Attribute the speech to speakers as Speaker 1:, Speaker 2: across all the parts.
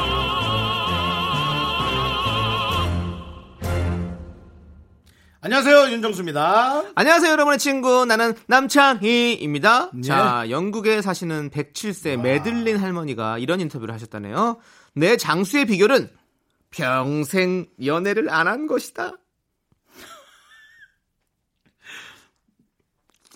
Speaker 1: 안녕하세요 윤정수입니다.
Speaker 2: 안녕하세요, 여러분의 친구. 나는 남창희입니다.
Speaker 1: 네.
Speaker 2: 자, 영국에 사시는 107세 메들린 할머니가 이런 인터뷰를 하셨다네요. 내 장수의 비결은 평생 연애를 안 한 것이다.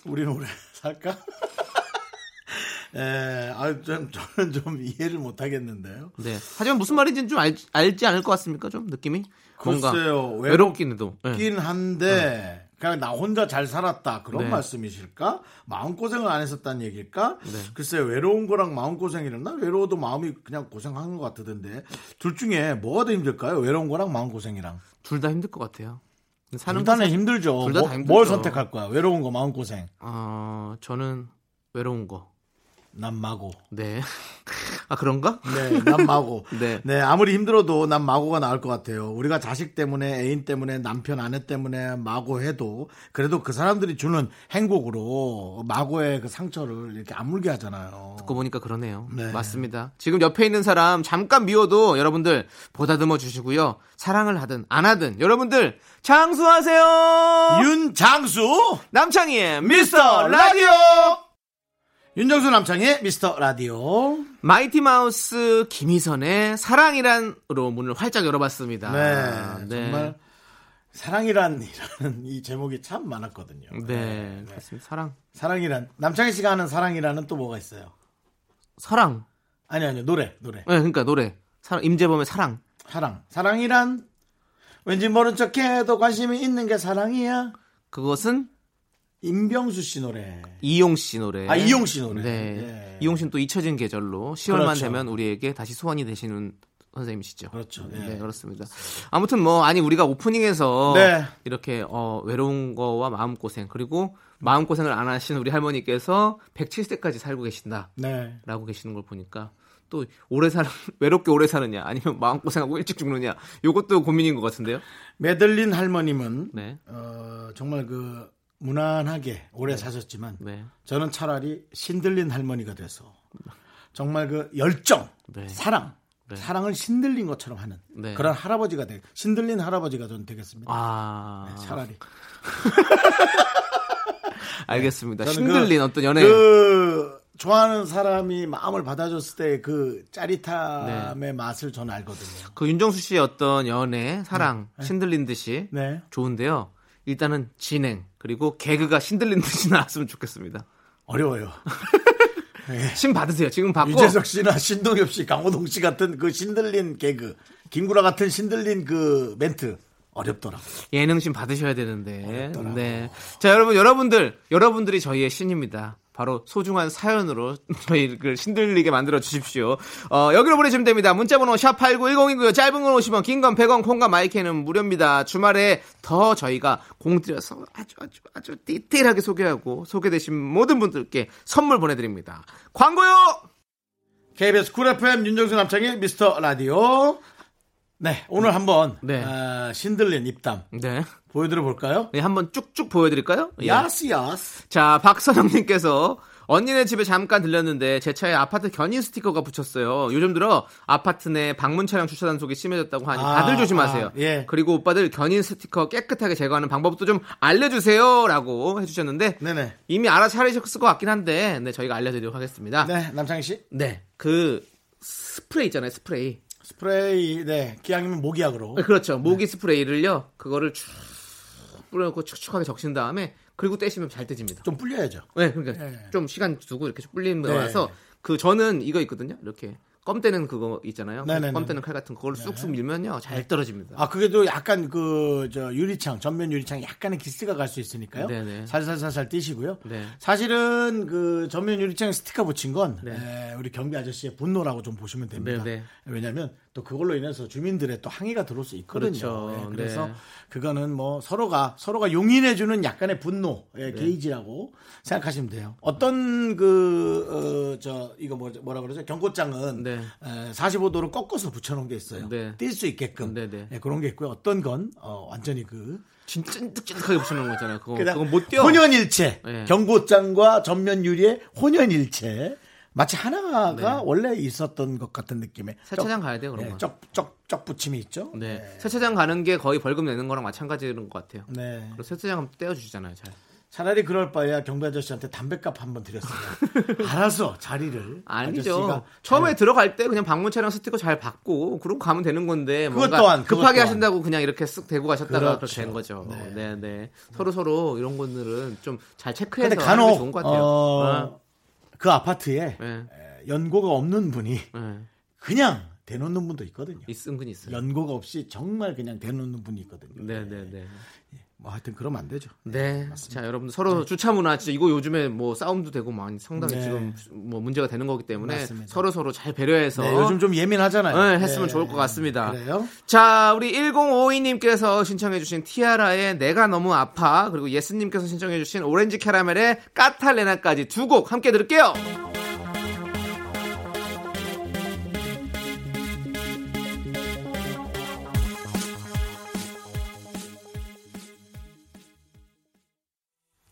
Speaker 1: 우리는 오래 살까? 에, 아, 좀, 저는 좀 이해를 못 하겠는데요.
Speaker 2: 네. 하지만 무슨 말인지는 좀 알, 알지 않을 것 같습니까? 좀 느낌이?
Speaker 1: 글쎄요,
Speaker 2: 외롭긴 해도. 네.
Speaker 1: 긴 한데 그냥 나 혼자 잘 살았다 그런
Speaker 2: 네.
Speaker 1: 말씀이실까? 마음고생을 안 했었다는 얘기일까? 글쎄 외로운 거랑 마음고생이란나 외로워도 마음이 그냥 고생하는 것 같던데 둘 중에 뭐가 더 힘들까요? 외로운 거랑 마음고생이랑
Speaker 2: 둘 다 힘들 것 같아요. 사는 거
Speaker 1: 둘다는 힘들죠.
Speaker 2: 둘다다
Speaker 1: 뭐-
Speaker 2: 힘들죠.
Speaker 1: 뭘 선택할 거야? 외로운 거 마음고생
Speaker 2: 어, 저는 외로운 거.
Speaker 1: 난 마고
Speaker 2: 네. 아, 그런가?
Speaker 1: 네, 난 마고. 네.
Speaker 2: 네.
Speaker 1: 아무리 힘들어도 난 마고가 나을 것 같아요. 우리가 자식 때문에, 애인 때문에, 남편, 아내 때문에 마고해도 그래도 그 사람들이 주는 행복으로 마고의 그 상처를 이렇게 아물게 하잖아요.
Speaker 2: 듣고 보니까 그러네요.
Speaker 1: 네.
Speaker 2: 맞습니다. 지금 옆에 있는 사람 잠깐 미워도 여러분들 보다듬어 주시고요. 사랑을 하든 안 하든 여러분들 장수하세요.
Speaker 1: 윤장수
Speaker 2: 남창희의
Speaker 1: 미스터
Speaker 2: 미스터 라디오
Speaker 1: 윤정수 남창의 미스터 라디오.
Speaker 2: 마이티 마우스 김희선의 사랑이란으로 문을 활짝 열어봤습니다.
Speaker 1: 네, 정말 사랑이란 이라는 이 제목이 참 많았거든요.
Speaker 2: 네, 그렇습니다. 사랑,
Speaker 1: 사랑이란 남창희 씨가 하는 사랑이라는 또 뭐가 있어요?
Speaker 2: 사랑.
Speaker 1: 아니 아니요 노래 노래
Speaker 2: 네, 그러니까 노래 사랑, 임재범의 사랑.
Speaker 1: 사랑 사랑이란 왠지 모른 척해도 관심이 있는 게 사랑이야.
Speaker 2: 그것은
Speaker 1: 임병수 씨 노래.
Speaker 2: 이용 씨 노래.
Speaker 1: 아, 이용 씨 노래.
Speaker 2: 네.
Speaker 1: 네.
Speaker 2: 이용 씨는 또 잊혀진 계절로 10월만
Speaker 1: 그렇죠.
Speaker 2: 되면 우리에게 다시 소원이 되시는 선생님이시죠.
Speaker 1: 그렇죠. 네.
Speaker 2: 네. 그렇습니다. 아무튼 뭐 아니 우리가 오프닝에서
Speaker 1: 네.
Speaker 2: 이렇게 어, 외로운 거와 마음고생 그리고 마음고생을 안 하신 우리 할머니께서 107세까지 살고 계신다라고
Speaker 1: 네.
Speaker 2: 계시는 걸 보니까 또 오래 사는 외롭게 오래 사느냐 아니면 마음고생하고 일찍 죽느냐 요것도 고민인 것 같은데요.
Speaker 1: 메들린 할머님은
Speaker 2: 네.
Speaker 1: 어, 정말 그 무난하게 오래 사셨지만
Speaker 2: 네.
Speaker 1: 저는 차라리 신들린 할머니가 돼서 정말 그 열정,
Speaker 2: 네.
Speaker 1: 사랑, 사랑을 신들린 것처럼 하는
Speaker 2: 네.
Speaker 1: 그런 할아버지가 돼 신들린 할아버지가 저는 되겠습니다.
Speaker 2: 아,
Speaker 1: 차라리
Speaker 2: 알겠습니다.
Speaker 1: 저는
Speaker 2: 신들린
Speaker 1: 그-
Speaker 2: 어떤 연애.
Speaker 1: 그 좋아하는 사람이 마음을 받아줬을 때 그 짜릿함의
Speaker 2: 네.
Speaker 1: 맛을 저는 알거든요.
Speaker 2: 그 윤정수 씨의 어떤 연애, 사랑, 신들린 듯이
Speaker 1: 네.
Speaker 2: 좋은데요. 일단은 진행 그리고 개그가 신들린 듯이 나왔으면 좋겠습니다.
Speaker 1: 어려워요.
Speaker 2: 신 받으세요. 지금 받고
Speaker 1: 유재석 씨나 신동엽 씨, 강호동 씨 같은 그 신들린 개그, 김구라 같은 신들린 그 멘트 어렵더라고.
Speaker 2: 예능 신 받으셔야 되는데.
Speaker 1: 어렵더라고.
Speaker 2: 네. 자, 여러분, 여러분들, 여러분들이 저희의 신입니다. 바로 소중한 사연으로 저희를 신들리게 만들어 주십시오. 어, 여기로 보내주시면 됩니다. 문자번호 샵8910이고요. 짧은 건 50원, 긴 건 100원, 콩과 마이크는 무료입니다. 주말에 더 저희가 공들여서 아주 아주 아주 디테일하게 소개하고 소개되신 모든 분들께 선물 보내드립니다. 광고요!
Speaker 1: KBS 쿨 FM 윤정수 남창의 미스터 라디오. 네, 오늘 한번
Speaker 2: 네.
Speaker 1: 아, 신들린 입담
Speaker 2: 네.
Speaker 1: 보여드려 볼까요?
Speaker 2: 네, 한번 쭉쭉 보여드릴까요? 예.
Speaker 1: 야스 야스.
Speaker 2: 자, 박선영님께서 언니네 집에 잠깐 들렸는데 제 차에 아파트 견인 스티커가 붙였어요. 요즘 들어 아파트 내 방문 차량 주차 단속이 심해졌다고 하니
Speaker 1: 아,
Speaker 2: 다들 조심하세요.
Speaker 1: 아, 예.
Speaker 2: 그리고 오빠들 견인 스티커 깨끗하게 제거하는 방법도 좀 알려주세요라고 해주셨는데
Speaker 1: 네네.
Speaker 2: 이미 알아차리셨을 것 같긴 한데 네 저희가 알려드리도록 하겠습니다.
Speaker 1: 네, 남창희 씨.
Speaker 2: 네, 그 스프레이 있잖아요, 스프레이.
Speaker 1: 스프레이, 네, 기왕이면 모기약으로.
Speaker 2: 네, 그렇죠. 모기 스프레이를요, 그거를 쭉 뿌려놓고 축축하게 적신 다음에 그리고 떼시면 잘 떼집니다.
Speaker 1: 좀 불려야죠.
Speaker 2: 네, 그러니까
Speaker 1: 네.
Speaker 2: 좀 시간 두고 이렇게 좀 불리는
Speaker 1: 네.
Speaker 2: 거라서 그 저는 이거 있거든요. 이렇게 껌때는 그거 있잖아요.
Speaker 1: 네네네.
Speaker 2: 껌때는 칼 같은 그걸 쑥쑥 밀면요. 잘 떨어집니다.
Speaker 1: 아, 그게 또 약간 그, 저, 유리창, 전면 유리창 약간의 기스가 갈 수 있으니까요.
Speaker 2: 네네.
Speaker 1: 살살살살 뛰시고요.
Speaker 2: 네.
Speaker 1: 사실은 그 전면 유리창에 스티커 붙인 건,
Speaker 2: 네.
Speaker 1: 에, 우리 경비 아저씨의 분노라고 좀 보시면 됩니다.
Speaker 2: 네네.
Speaker 1: 왜냐면 또 그걸로 인해서 주민들의 또 항의가 들어올 수 있거든요.
Speaker 2: 그렇죠.
Speaker 1: 래서
Speaker 2: 네.
Speaker 1: 그거는 뭐 서로가, 서로가 용인해주는 약간의 분노의 예,
Speaker 2: 네.
Speaker 1: 게이지라고 생각하시면 돼요. 어떤 그, 어, 저, 이거 뭐, 뭐라 그러죠? 경고장은
Speaker 2: 네.
Speaker 1: 45도로 꺾어서 붙여놓은 게 있어요.
Speaker 2: 네.
Speaker 1: 뛸 수 있게끔.
Speaker 2: 네네.
Speaker 1: 예, 그런 게 있고요. 어떤 건 어, 완전히 그
Speaker 2: 진짜 찐득찐득하게 붙여놓은 거잖아요. 그거
Speaker 1: 그냥
Speaker 2: 그건 못 뛰어.
Speaker 1: 혼연일체
Speaker 2: 예.
Speaker 1: 경고장과 전면 유리의 혼연일체 마치 하나가 원래 있었던 것 같은 느낌의
Speaker 2: 네. 세차장
Speaker 1: 쩍-
Speaker 2: 가야 돼요, 그런
Speaker 1: 예,
Speaker 2: 건.
Speaker 1: 쩍쩍쩍 붙임이 있죠.
Speaker 2: 네. 세차장 가는 게 거의 벌금 내는 거랑 마찬가지인 것 같아요.
Speaker 1: 네.
Speaker 2: 그리고 세차장 하면 떼어주시잖아요, 잘.
Speaker 1: 차라리 그럴 바에야 경비 아저씨한테 담배값 한번 드렸어요. 알아서 자리를
Speaker 2: 아니죠.
Speaker 1: 아저씨가
Speaker 2: 처음에 들어갈 때 그냥 방문 촬영 스티커 잘 받고 그러고 가면 되는 건데
Speaker 1: 그것
Speaker 2: 뭔가
Speaker 1: 또한, 그것
Speaker 2: 급하게
Speaker 1: 또한.
Speaker 2: 하신다고 그냥 이렇게 쓱 대고 가셨다가 그렇게
Speaker 1: 그렇죠.
Speaker 2: 된 거죠.
Speaker 1: 네.
Speaker 2: 네, 네. 서로 서로 이런 것들은 좀 잘 체크해서
Speaker 1: 근데
Speaker 2: 하는 게
Speaker 1: 간혹
Speaker 2: 좋은 것 같아요.
Speaker 1: 어,
Speaker 2: 어.
Speaker 1: 그 아파트에
Speaker 2: 네.
Speaker 1: 에, 연고가 없는 분이
Speaker 2: 네.
Speaker 1: 그냥 대놓는 분도 있거든요.
Speaker 2: 있, 은근히 있어요.
Speaker 1: 연고가 없이 정말 그냥 대놓는 분이 있거든요.
Speaker 2: 네, 네, 네.
Speaker 1: 뭐 하여튼 그러면 안 되죠.
Speaker 2: 네. 자, 여러분 서로 주차 문화 진짜 이거 요즘에 뭐 싸움도 되고 많이 상당히
Speaker 1: 네.
Speaker 2: 지금 뭐 문제가 되는 거기 때문에
Speaker 1: 맞습니다.
Speaker 2: 서로 서로 잘 배려해서
Speaker 1: 네, 요즘 좀 예민하잖아요.
Speaker 2: 네, 했으면
Speaker 1: 네.
Speaker 2: 좋을 것 같습니다.
Speaker 1: 그래요?
Speaker 2: 자, 우리 1052님께서 신청해주신 티아라의 내가 너무 아파, 그리고 예스님께서 신청해주신 오렌지 캐러멜의 까탈레나까지 두 곡 함께 들을게요.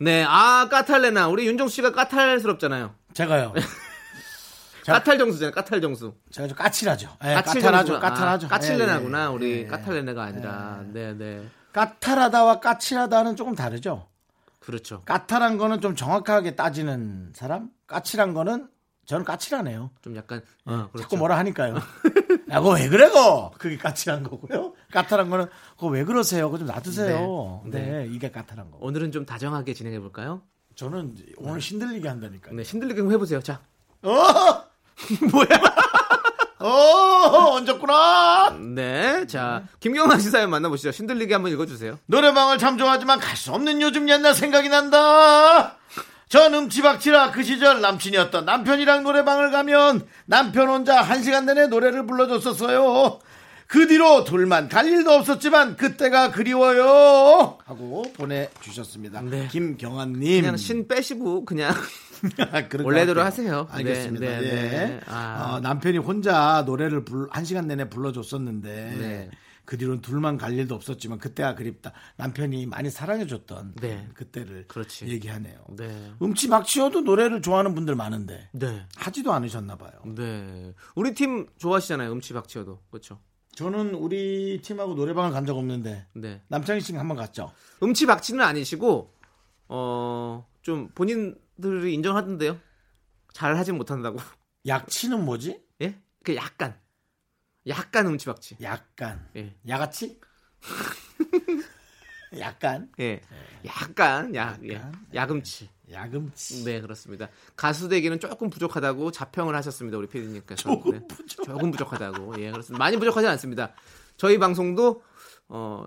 Speaker 2: 네, 아, 까탈레나. 우리 윤종수 씨가 까탈스럽잖아요.
Speaker 1: 제가요.
Speaker 2: 네.
Speaker 1: 자-
Speaker 2: 까탈 정수잖아요, 까탈 정수.
Speaker 1: 제가 좀 까칠하죠. 예,
Speaker 2: 까칠
Speaker 1: 까탈하죠.
Speaker 2: 정도구나.
Speaker 1: 까탈하죠.
Speaker 2: 아, 까칠레나구나.
Speaker 1: 예, 예,
Speaker 2: 우리
Speaker 1: 예.
Speaker 2: 까탈레나가 아니라. 네, 네.
Speaker 1: 까탈하다와 까칠하다는 조금 다르죠.
Speaker 2: 그렇죠.
Speaker 1: 까탈한 거는 좀 정확하게 따지는 사람. 까칠한 거는 저는 까칠하네요.
Speaker 2: 좀 약간 어, 그렇죠.
Speaker 1: 자꾸 뭐라 하니까요. 야, 그거 왜 그래, 거 그게 까칠한 거고요. 까탈한 거는, 그거 왜 그러세요? 그거 좀 놔두세요.
Speaker 2: 네,
Speaker 1: 네,
Speaker 2: 네.
Speaker 1: 이게 까탈한 거고.
Speaker 2: 오늘은 좀 다정하게 진행해 볼까요?
Speaker 1: 저는 오늘 힘들리게 한다니까요.
Speaker 2: 네, 힘들게 좀 해보세요. 자,
Speaker 1: 어! 뭐야? 어, 얹었구나!
Speaker 2: 네, 자 김경환 씨 사연 만나보시죠. 힘들게 한번 읽어주세요.
Speaker 1: 노래방을 참 좋아하지만 갈 수 없는 요즘 옛날 생각이 난다! 전 음치박치라 그 시절 남친이었던 남편이랑 노래방을 가면 남편 혼자 한 시간 내내 노래를 불러줬었어요. 그 뒤로 둘만 갈 일도 없었지만 그때가 그리워요. 하고 보내주셨습니다.
Speaker 2: 네.
Speaker 1: 김경환님.
Speaker 2: 그냥 신 빼시고 그냥
Speaker 1: 아, 그런 것
Speaker 2: 원래대로
Speaker 1: 같아요.
Speaker 2: 하세요.
Speaker 1: 알겠습니다.
Speaker 2: 네,
Speaker 1: 네,
Speaker 2: 네, 네. 아.
Speaker 1: 어, 남편이 혼자 노래를 불, 한 시간 내내 불러줬었는데
Speaker 2: 네.
Speaker 1: 그 뒤로는 둘만 갈 일도 없었지만 그때가 그립다. 남편이 많이 사랑해줬던
Speaker 2: 네.
Speaker 1: 그때를
Speaker 2: 그렇지.
Speaker 1: 얘기하네요.
Speaker 2: 네,
Speaker 1: 음치박치어도 노래를 좋아하는 분들 많은데
Speaker 2: 네,
Speaker 1: 하지도 않으셨나 봐요.
Speaker 2: 네. 우리 팀 좋아하시잖아요. 음치박치어도 그렇죠.
Speaker 1: 저는 우리 팀하고 노래방을 간 적 없는데
Speaker 2: 네,
Speaker 1: 남창희 씨가 한번 갔죠.
Speaker 2: 음치박치는 아니시고 어좀 본인들이 인정하던데요. 잘 하진 못한다고.
Speaker 1: 약치는 뭐지?
Speaker 2: 예? 그 약간 약간 음치박치.
Speaker 1: 약간
Speaker 2: 예.
Speaker 1: 야같이? 약간
Speaker 2: 예. 약간 약 예.
Speaker 1: 네. 약간.
Speaker 2: 야금치.
Speaker 1: 야금치.
Speaker 2: 네 그렇습니다. 가수 되기는 조금 부족하다고 자평을 하셨습니다 우리 PD님께서.
Speaker 1: 조금
Speaker 2: 네.
Speaker 1: 부족하다.
Speaker 2: 조금 부족하다고. 예 그렇습니다. 많이 부족하지 않습니다. 저희 방송도 어,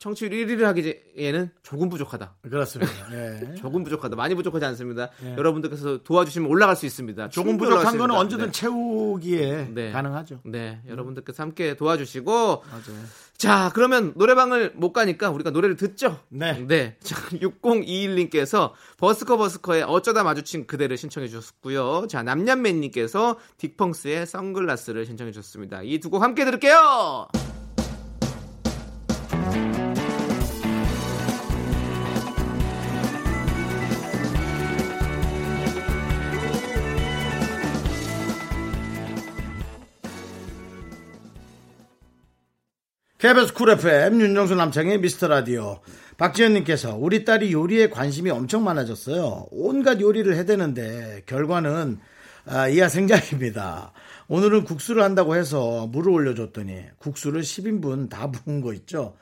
Speaker 2: 청취율 1위를 하기에는 조금 부족하다.
Speaker 1: 그렇습니다. 예.
Speaker 2: 조금 부족하다. 많이 부족하지 않습니다. 여러분들께서 도와주시면 올라갈 수 있습니다.
Speaker 1: 조금
Speaker 2: 네. 충분히
Speaker 1: 부족한
Speaker 2: 올라갈 수
Speaker 1: 거는
Speaker 2: 있습니다.
Speaker 1: 언제든 채우기에
Speaker 2: 네.
Speaker 1: 가능하죠.
Speaker 2: 네, 네 여러분들께서 함께 도와주시고
Speaker 1: 맞아요.
Speaker 2: 자, 그러면 노래방을 못 가니까 우리가 노래를 듣죠?
Speaker 1: 네.
Speaker 2: 자, 6021님께서 버스커 버스커의 어쩌다 마주친 그대를 신청해 주셨고요. 자, 남냠맨님께서 딕펑스의 선글라스를 신청해 주셨습니다. 이 두 곡 함께 들을게요!
Speaker 1: KBS 쿨 FM 윤정수 남창의 미스터 라디오 박지현님께서 우리 딸이 요리에 관심이 엄청 많아졌어요. 온갖 요리를 해대는데 결과는 아, 이하생장입니다. 오늘은 국수를 한다고 해서 물을 올려줬더니 국수를 10인분 다 부은 거 있죠.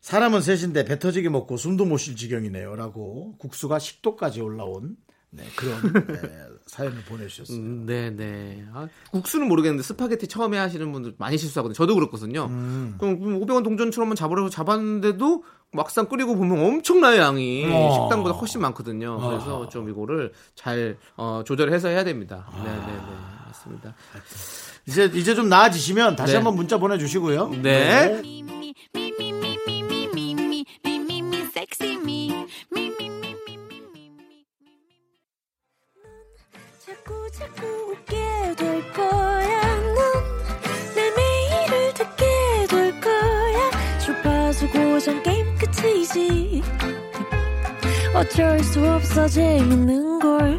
Speaker 1: 사람은 셋인데 배 터지게 먹고 숨도 못 쉴 지경이네요. 라고 국수가 식도까지 올라온 네, 그런 네, 사연을 보내주셨어요.
Speaker 2: 음, 네, 네. 아, 국수는 모르겠는데 스파게티 처음에 하시는 분들 많이 실수하거든요. 저도 그렇거든요. 그럼 500원 동전처럼만 잡으려고 잡았는데도 막상 끓이고 보면 엄청난 양이
Speaker 1: 어.
Speaker 2: 식당보다 훨씬 많거든요. 그래서 좀 이거를 잘 어, 조절해서 해야 됩니다. 네, 네, 네. 맞습니다.
Speaker 1: 이제 이제 좀 나아지시면 다시
Speaker 2: 네.
Speaker 1: 한번 문자 보내주시고요.
Speaker 2: 네.
Speaker 3: me, me, me, me, me, me, me, me, me, me, me, me, sexy me. Me, me, me, me, me, me, me.
Speaker 4: 자꾸 자꾸 웃게 될 거야. 넌내 매일을 듣게 될 거야. 주파수 고정 게임 끝이지. 어쩔 수 없어 재밌는 걸.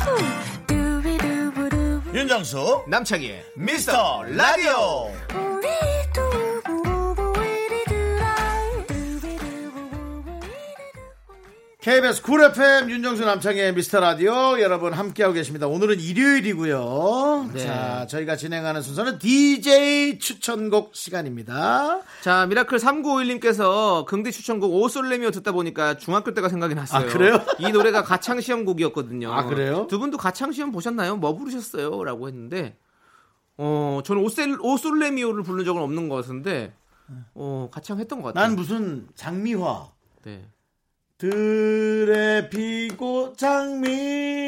Speaker 4: 후. 두비두부두.
Speaker 1: 윤정수
Speaker 2: 남창희의
Speaker 1: 미스터 라디오.
Speaker 4: 우리 두부부부 우리들아. 두비두부부부 우리들아.
Speaker 1: KBS 쿨 FM 윤정수 남창의 미스터 라디오 여러분 함께하고 계십니다. 오늘은 일요일이고요.
Speaker 2: 네.
Speaker 1: 자, 저희가 진행하는 순서는 DJ 추천곡 시간입니다.
Speaker 2: 자, 미라클 3951님께서 긍디 추천곡 오솔레미오 듣다 보니까 중학교 때가 생각이 났어요.
Speaker 1: 아, 그래요?
Speaker 2: 이 노래가 가창시험곡이었거든요.
Speaker 1: 아, 그래요?
Speaker 2: 두 분도 가창시험 보셨나요? 뭐 부르셨어요? 라고 했는데, 어, 저는 오셀, 오솔레미오를 부른 적은 없는 것 같은데, 어, 가창했던 것 같아요.
Speaker 1: 난 무슨 장미화
Speaker 2: 네.
Speaker 1: 들에 피고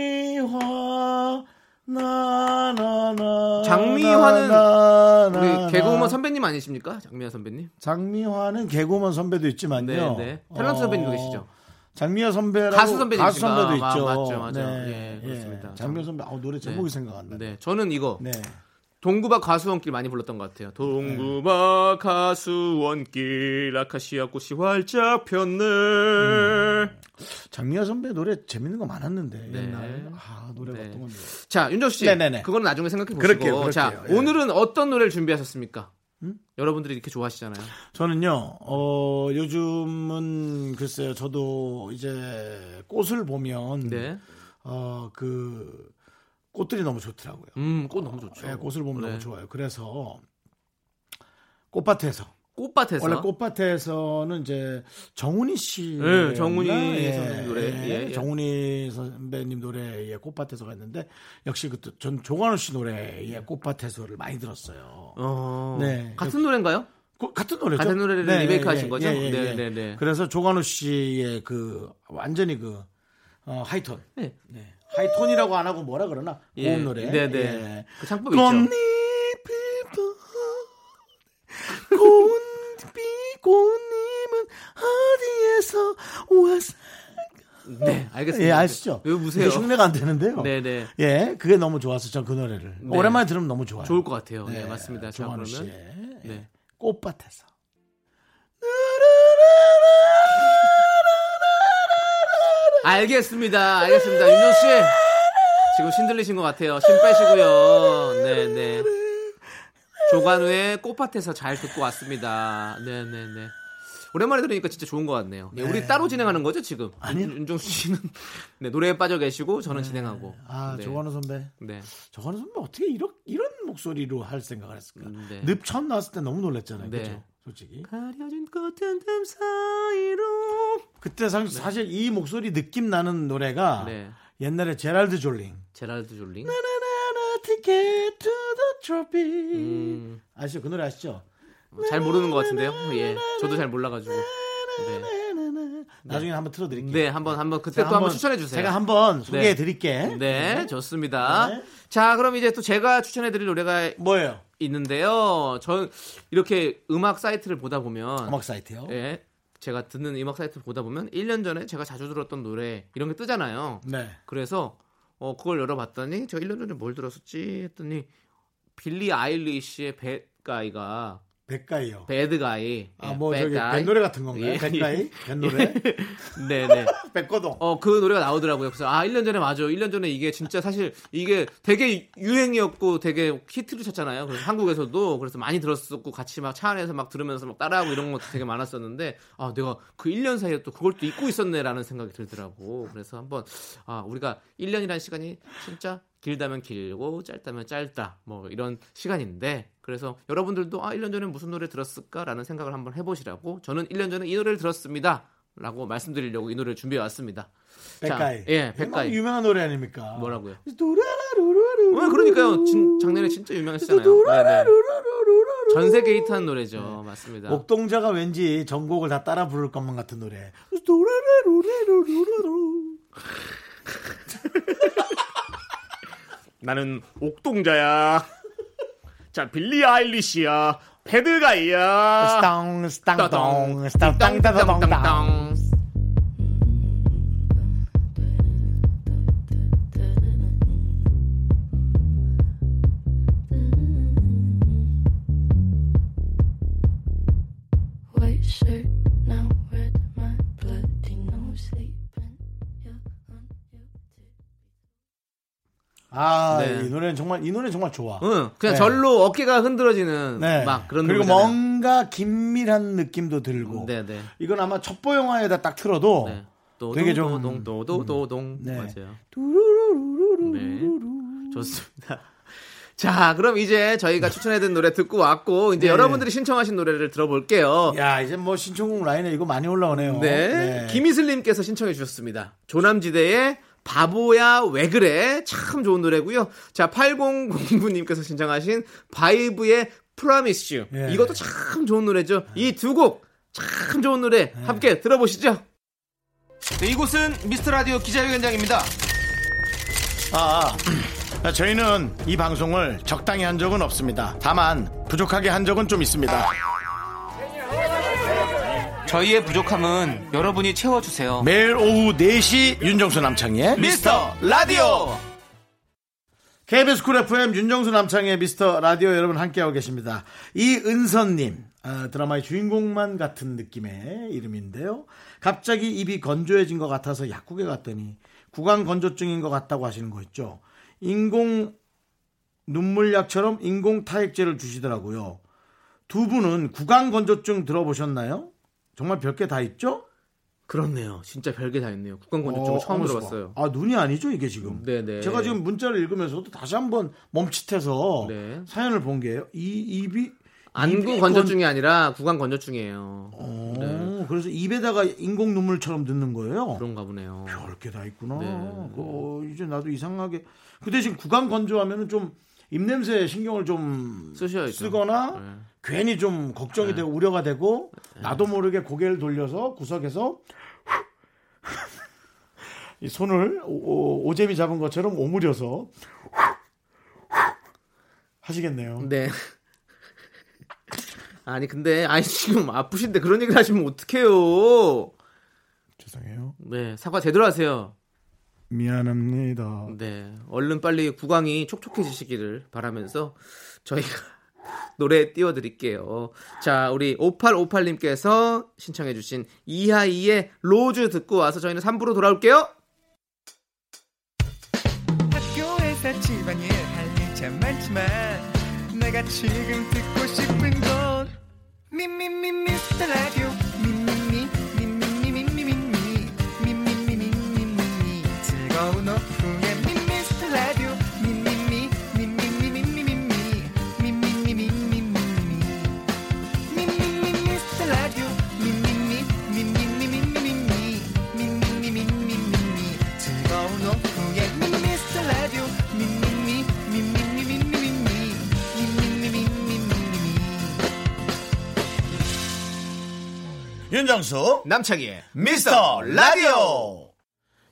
Speaker 1: 장미화 나나나
Speaker 2: 장미화는
Speaker 1: 나나나
Speaker 2: 우리 개그우먼 선배님 아니십니까? 장미아 선배님?
Speaker 1: 장미화는 개그우먼 선배도 있지만요. 어,
Speaker 2: 네, 네. 탤런트 선배님도 계시죠?
Speaker 1: 장미화 선배라고
Speaker 2: 가수 선배님이신가?
Speaker 1: 가수 선배도
Speaker 2: 아,
Speaker 1: 있죠. 네,
Speaker 2: 맞죠, 맞죠. 예, 그렇습니다.
Speaker 1: 장미화 선배, 아 노래 제목이
Speaker 2: 네.
Speaker 1: 생각 안 나. 네.
Speaker 2: 네. 저는 이거,
Speaker 1: 네.
Speaker 2: 동구박 가수원길 많이 불렀던 것 같아요. 동구박
Speaker 1: 네.
Speaker 2: 가수원길 아카시아 꽃이 활짝 폈네.
Speaker 1: 음. 장미화 선배 노래 재밌는 거 많았는데
Speaker 2: 네.
Speaker 1: 옛날 아 노래
Speaker 2: 네.
Speaker 1: 어떤 건데.
Speaker 2: 자, 윤정 씨.
Speaker 1: 네네네.
Speaker 2: 그건 나중에 생각해 보시고.
Speaker 1: 그럴게요, 그럴게요.
Speaker 2: 자,
Speaker 1: 예. 음?
Speaker 2: 오늘은 어떤 노래를 준비하셨습니까? 여러분들이 이렇게 좋아하시잖아요.
Speaker 1: 저는요, 어, 요즘은 글쎄요, 저도 이제 꽃을 보면,
Speaker 2: 네.
Speaker 1: 어, 그, 꽃들이 너무 좋더라고요.
Speaker 2: 음, 꽃 너무 좋죠.
Speaker 1: 예, 꽃을 보면
Speaker 2: 네.
Speaker 1: 너무 좋아요. 그래서 꽃밭에서
Speaker 2: 꽃밭에서.
Speaker 1: 원래 꽃밭에서는 이제 정훈이 씨,
Speaker 2: 예, 정훈이 선생님 노래. 예, 예.
Speaker 1: 정훈이 선배님 노래의 꽃밭에서가 있는데 역시 그전 조관우 씨 노래의 꽃밭에서를 많이 들었어요.
Speaker 2: 어,
Speaker 1: 네.
Speaker 2: 같은 노래인가요?
Speaker 1: 그- 같은 노래죠. 예,
Speaker 2: 같은 노래를 리메이크하신 거죠? 네, 네, 네.
Speaker 1: 그래서 조관우 씨의 그 완전히 그 어, 하이톤,
Speaker 2: 네.
Speaker 1: 네. 하이톤이라고 안 하고 뭐라 그러나
Speaker 2: 예.
Speaker 1: 고음 노래.
Speaker 2: 네, 네.
Speaker 1: 예.
Speaker 2: 그 창법 있죠.
Speaker 1: 꽃잎이 꽃잎이 꽃잎은 어디에서 왔어?
Speaker 2: 네, 알겠습니다.
Speaker 1: 예, 아시죠?
Speaker 2: 이거 무세요.
Speaker 1: 근데 흉내가 안 되는데요.
Speaker 2: 네, 네.
Speaker 1: 예, 그게 너무 좋아서 전 그 노래를
Speaker 2: 네.
Speaker 1: 오랜만에 들으면 너무 좋아요.
Speaker 2: 좋을 것 같아요. 네, 맞습니다. 자,
Speaker 1: 조한우
Speaker 2: 그러면
Speaker 1: 씨의 예,
Speaker 2: 네.
Speaker 1: 꽃밭에서.
Speaker 2: 알겠습니다. 알겠습니다. 윤정 씨. 지금 신들리신 것 같아요. 힘 빼시고요. 네네. 조관우의 꽃밭에서 잘 듣고 왔습니다. 네네네. 오랜만에 들으니까 진짜 좋은 것 같네요. 예, 우리 따로 진행하는 거죠, 지금?
Speaker 1: 아니요.
Speaker 2: 윤- 윤정수 씨는 네, 노래에 빠져 계시고, 저는 진행하고.
Speaker 1: 아,
Speaker 2: 네.
Speaker 1: 조관우 선배.
Speaker 2: 네.
Speaker 1: 조관우 선배 어떻게 이런 이런 목소리로 할 생각을 했을까?
Speaker 2: 음, 네.
Speaker 1: 늪 처음 나왔을 때 너무 놀랐잖아요.
Speaker 2: 네.
Speaker 1: 그죠? 솔직히.
Speaker 2: 가려진 꽃은 틈 사이로.
Speaker 1: 그때 사- 사실 이 목소리 느낌 나는 노래가
Speaker 2: 네.
Speaker 1: 옛날에 제랄드 졸링.
Speaker 2: 제랄드 어, 졸링.
Speaker 1: 나나나나 티켓 투 더 트로피.
Speaker 2: 음,
Speaker 1: 아시죠? 그 노래 아시죠?
Speaker 2: 잘 모르는 것 같은데요? 예. 저도 잘 몰라가지고. 네.
Speaker 1: 나나나나. 나중에 한번 틀어드릴게요.
Speaker 2: 네, 한번 한번 그때 또 한번 추천해 주세요.
Speaker 1: 제가 한번 소개해 드릴게.
Speaker 2: 네, 좋습니다.
Speaker 1: 네.
Speaker 2: 자, 그럼 이제 또 제가 추천해 드릴 노래가
Speaker 1: 뭐예요?
Speaker 2: 있는데요. 전 이렇게 음악 사이트를 보다 보면
Speaker 1: 음악 사이트요.
Speaker 2: 예. 제가 듣는 음악 사이트 보다 보면 1년 전에 제가 자주 들었던 노래 이런 게 뜨잖아요.
Speaker 1: 네.
Speaker 2: 그래서 어, 그걸 열어봤더니 저 1년 전에 뭘 들었었지 했더니 빌리 아일리시의 배가이가
Speaker 1: 백가이요.
Speaker 2: 배드가이 예.
Speaker 1: 아, 뭐 저기 뱃노래 같은 건가요? 백가이? 뱃노래?
Speaker 2: 네네
Speaker 1: 백거동.
Speaker 2: 어, 그 노래가 나오더라고요. 그래서 아, 1년 전에 맞아. 1년 전에 이게 진짜 사실 이게 되게 유행이었고 되게 히트를 쳤잖아요. 그래서 한국에서도 그래서 많이 들었었고 같이 막 차 안에서 막 들으면서 막 따라하고 이런 것도 되게 많았었는데 아, 내가 그 1년 사이에 또 그걸 또 잊고 있었네라는 생각이 들더라고. 그래서 한번 아, 우리가 1년이라는 시간이 진짜 길다면 길고 짧다면 짧다. 뭐 이런 시간인데 그래서 여러분들도 아, 1년 전에 무슨 노래 들었을까라는 생각을 한번 해보시라고 저는 1년 전에 이 노래를 들었습니다. 라고 말씀드리려고 이 노래를 준비해 왔습니다.
Speaker 1: 백가이.
Speaker 2: 예,
Speaker 1: 얼마나
Speaker 2: 백가이.
Speaker 1: 음, 아, 유명한 노래 아닙니까?
Speaker 2: 뭐라고요?
Speaker 1: 두라라루라루.
Speaker 2: 어, 그러니까요. 진- 작년에 진짜 유명했잖아요. 네,
Speaker 1: 두라라루라루라루. 네.
Speaker 2: 전 세계 히트한 노래죠. 맞습니다.
Speaker 1: 목동자가 왠지 전곡을 다 따라 부를 것만 같은 노래. 두라라루라루라루.
Speaker 2: 나는 옥동자야. 자, 빌리 아일리시야. 패드가이야.
Speaker 1: 스탕 스탕동 스탕땅따다동당.
Speaker 4: White shirt now red, my bloody nose sleeping. You're on your
Speaker 1: 아,
Speaker 2: 네.
Speaker 1: 이 노래는 정말 이 노래 정말 좋아.
Speaker 2: 응, 그냥
Speaker 1: 네.
Speaker 2: 절로 어깨가 흔들어지는
Speaker 1: 네.
Speaker 2: 막 그런
Speaker 1: 그리고
Speaker 2: 노래잖아요.
Speaker 1: 뭔가 긴밀한 느낌도 들고.
Speaker 2: 네, 네.
Speaker 1: 이건 아마 첩보 영화에다 딱 틀어도
Speaker 2: 네. 또
Speaker 1: 되게
Speaker 2: 되게 음.
Speaker 1: 좀-
Speaker 2: 좀동동동동
Speaker 1: 네.
Speaker 2: 맞아요. 네.
Speaker 1: 두루루루루루루루.
Speaker 2: 좋습니다. 네. 자, 그럼 이제 저희가 추천해드린 노래 듣고 왔고 이제
Speaker 1: 네.
Speaker 2: 여러분들이 신청하신 노래를 들어볼게요.
Speaker 1: 야, 이제 뭐 신청곡 라인에 이거 많이 어, 올라오네요.
Speaker 2: 네. 김희슬님께서 신청해 주셨습니다. 조남지대의 바보야 왜 그래 참 좋은 노래고요. 자 8009님께서 신청하신 바이브의 프라미스 유
Speaker 1: 예.
Speaker 2: 이것도 참 좋은 노래죠. 이 두 곡 참 좋은 노래
Speaker 1: 예.
Speaker 2: 함께 들어보시죠.
Speaker 5: 네,
Speaker 2: 이곳은 미스터 라디오 기자회견장입니다.
Speaker 1: 아, 아. 저희는 이 방송을 적당히 한 적은 없습니다. 다만 부족하게 한 적은 좀 있습니다.
Speaker 5: 저희의 부족함은 여러분이 채워주세요.
Speaker 1: 매일 오후 4시 윤정수 남창희의
Speaker 5: 미스터 라디오.
Speaker 1: KBS 쿨 FM 윤정수 남창의 미스터 라디오 여러분 함께하고 계십니다. 이은선님 아, 드라마의 주인공만 같은 느낌의 이름인데요. 갑자기 입이 건조해진 것 같아서 약국에 갔더니 구강 건조증인 것 같다고 하시는 거 있죠. 인공 눈물약처럼 인공 타액제를 주시더라고요. 두 분은 구강 건조증 들어보셨나요? 정말 별게 다 있죠?
Speaker 2: 그렇네요. 진짜 별게 다 있네요. 국간건조증
Speaker 1: 어,
Speaker 2: 을 처음
Speaker 1: 어머,
Speaker 2: 들어봤어요.
Speaker 1: 아 눈이 아니죠 이게 지금.
Speaker 2: 네네.
Speaker 1: 제가 지금 문자를 읽으면서도 다시 한번 멈칫해서
Speaker 2: 네.
Speaker 1: 사연을 본 게요. 이 입이
Speaker 2: 안구
Speaker 1: 입이
Speaker 2: 건조증이 아니라 구강 건조증이에요.
Speaker 1: 건- 어, 그래서 입에다가 인공 눈물처럼 듣는 거예요.
Speaker 2: 네. 그런가 보네요.
Speaker 1: 별게 다 있구나.
Speaker 2: 네.
Speaker 1: 어, 이제 나도 이상하게. 그 대신 구강 건조하면은 좀 입냄새에 신경을 좀
Speaker 2: 쓰셔야죠.
Speaker 1: 쓰거나
Speaker 2: 네.
Speaker 1: 괜히 좀 걱정이 되고 우려가 되고 나도 모르게 고개를 돌려서 구석에서 이 손을 오, 오, 제비 잡은 것처럼 오므려서 하시겠네요.
Speaker 2: 네. 아니 근데 아니 지금 아프신데 그런 얘기를 하시면 어떡해요.
Speaker 1: 죄송해요.
Speaker 2: 네 사과 제대로 하세요.
Speaker 1: 미안합니다.
Speaker 2: 네 얼른 빨리 구강이 촉촉해지시기를 바라면서 저희가 노래 띄워드릴게요. 자 우리 5858님께서 신청해주신 이하이의 로즈 듣고 와서 저희는 3부로 돌아올게요.
Speaker 6: 학교에서 집안일 할 일 참 많지만 내가 지금 듣고 싶은 건 미미미 미스터 라디오 미미미 미미미 미미미 미미미 미미미 미미미 즐거운 오후에 미미스터 라디오 미미미 미미미 미미미 미미미 미미미 미미미
Speaker 1: 윤정수
Speaker 2: 남창희의
Speaker 1: 미스터 라디오.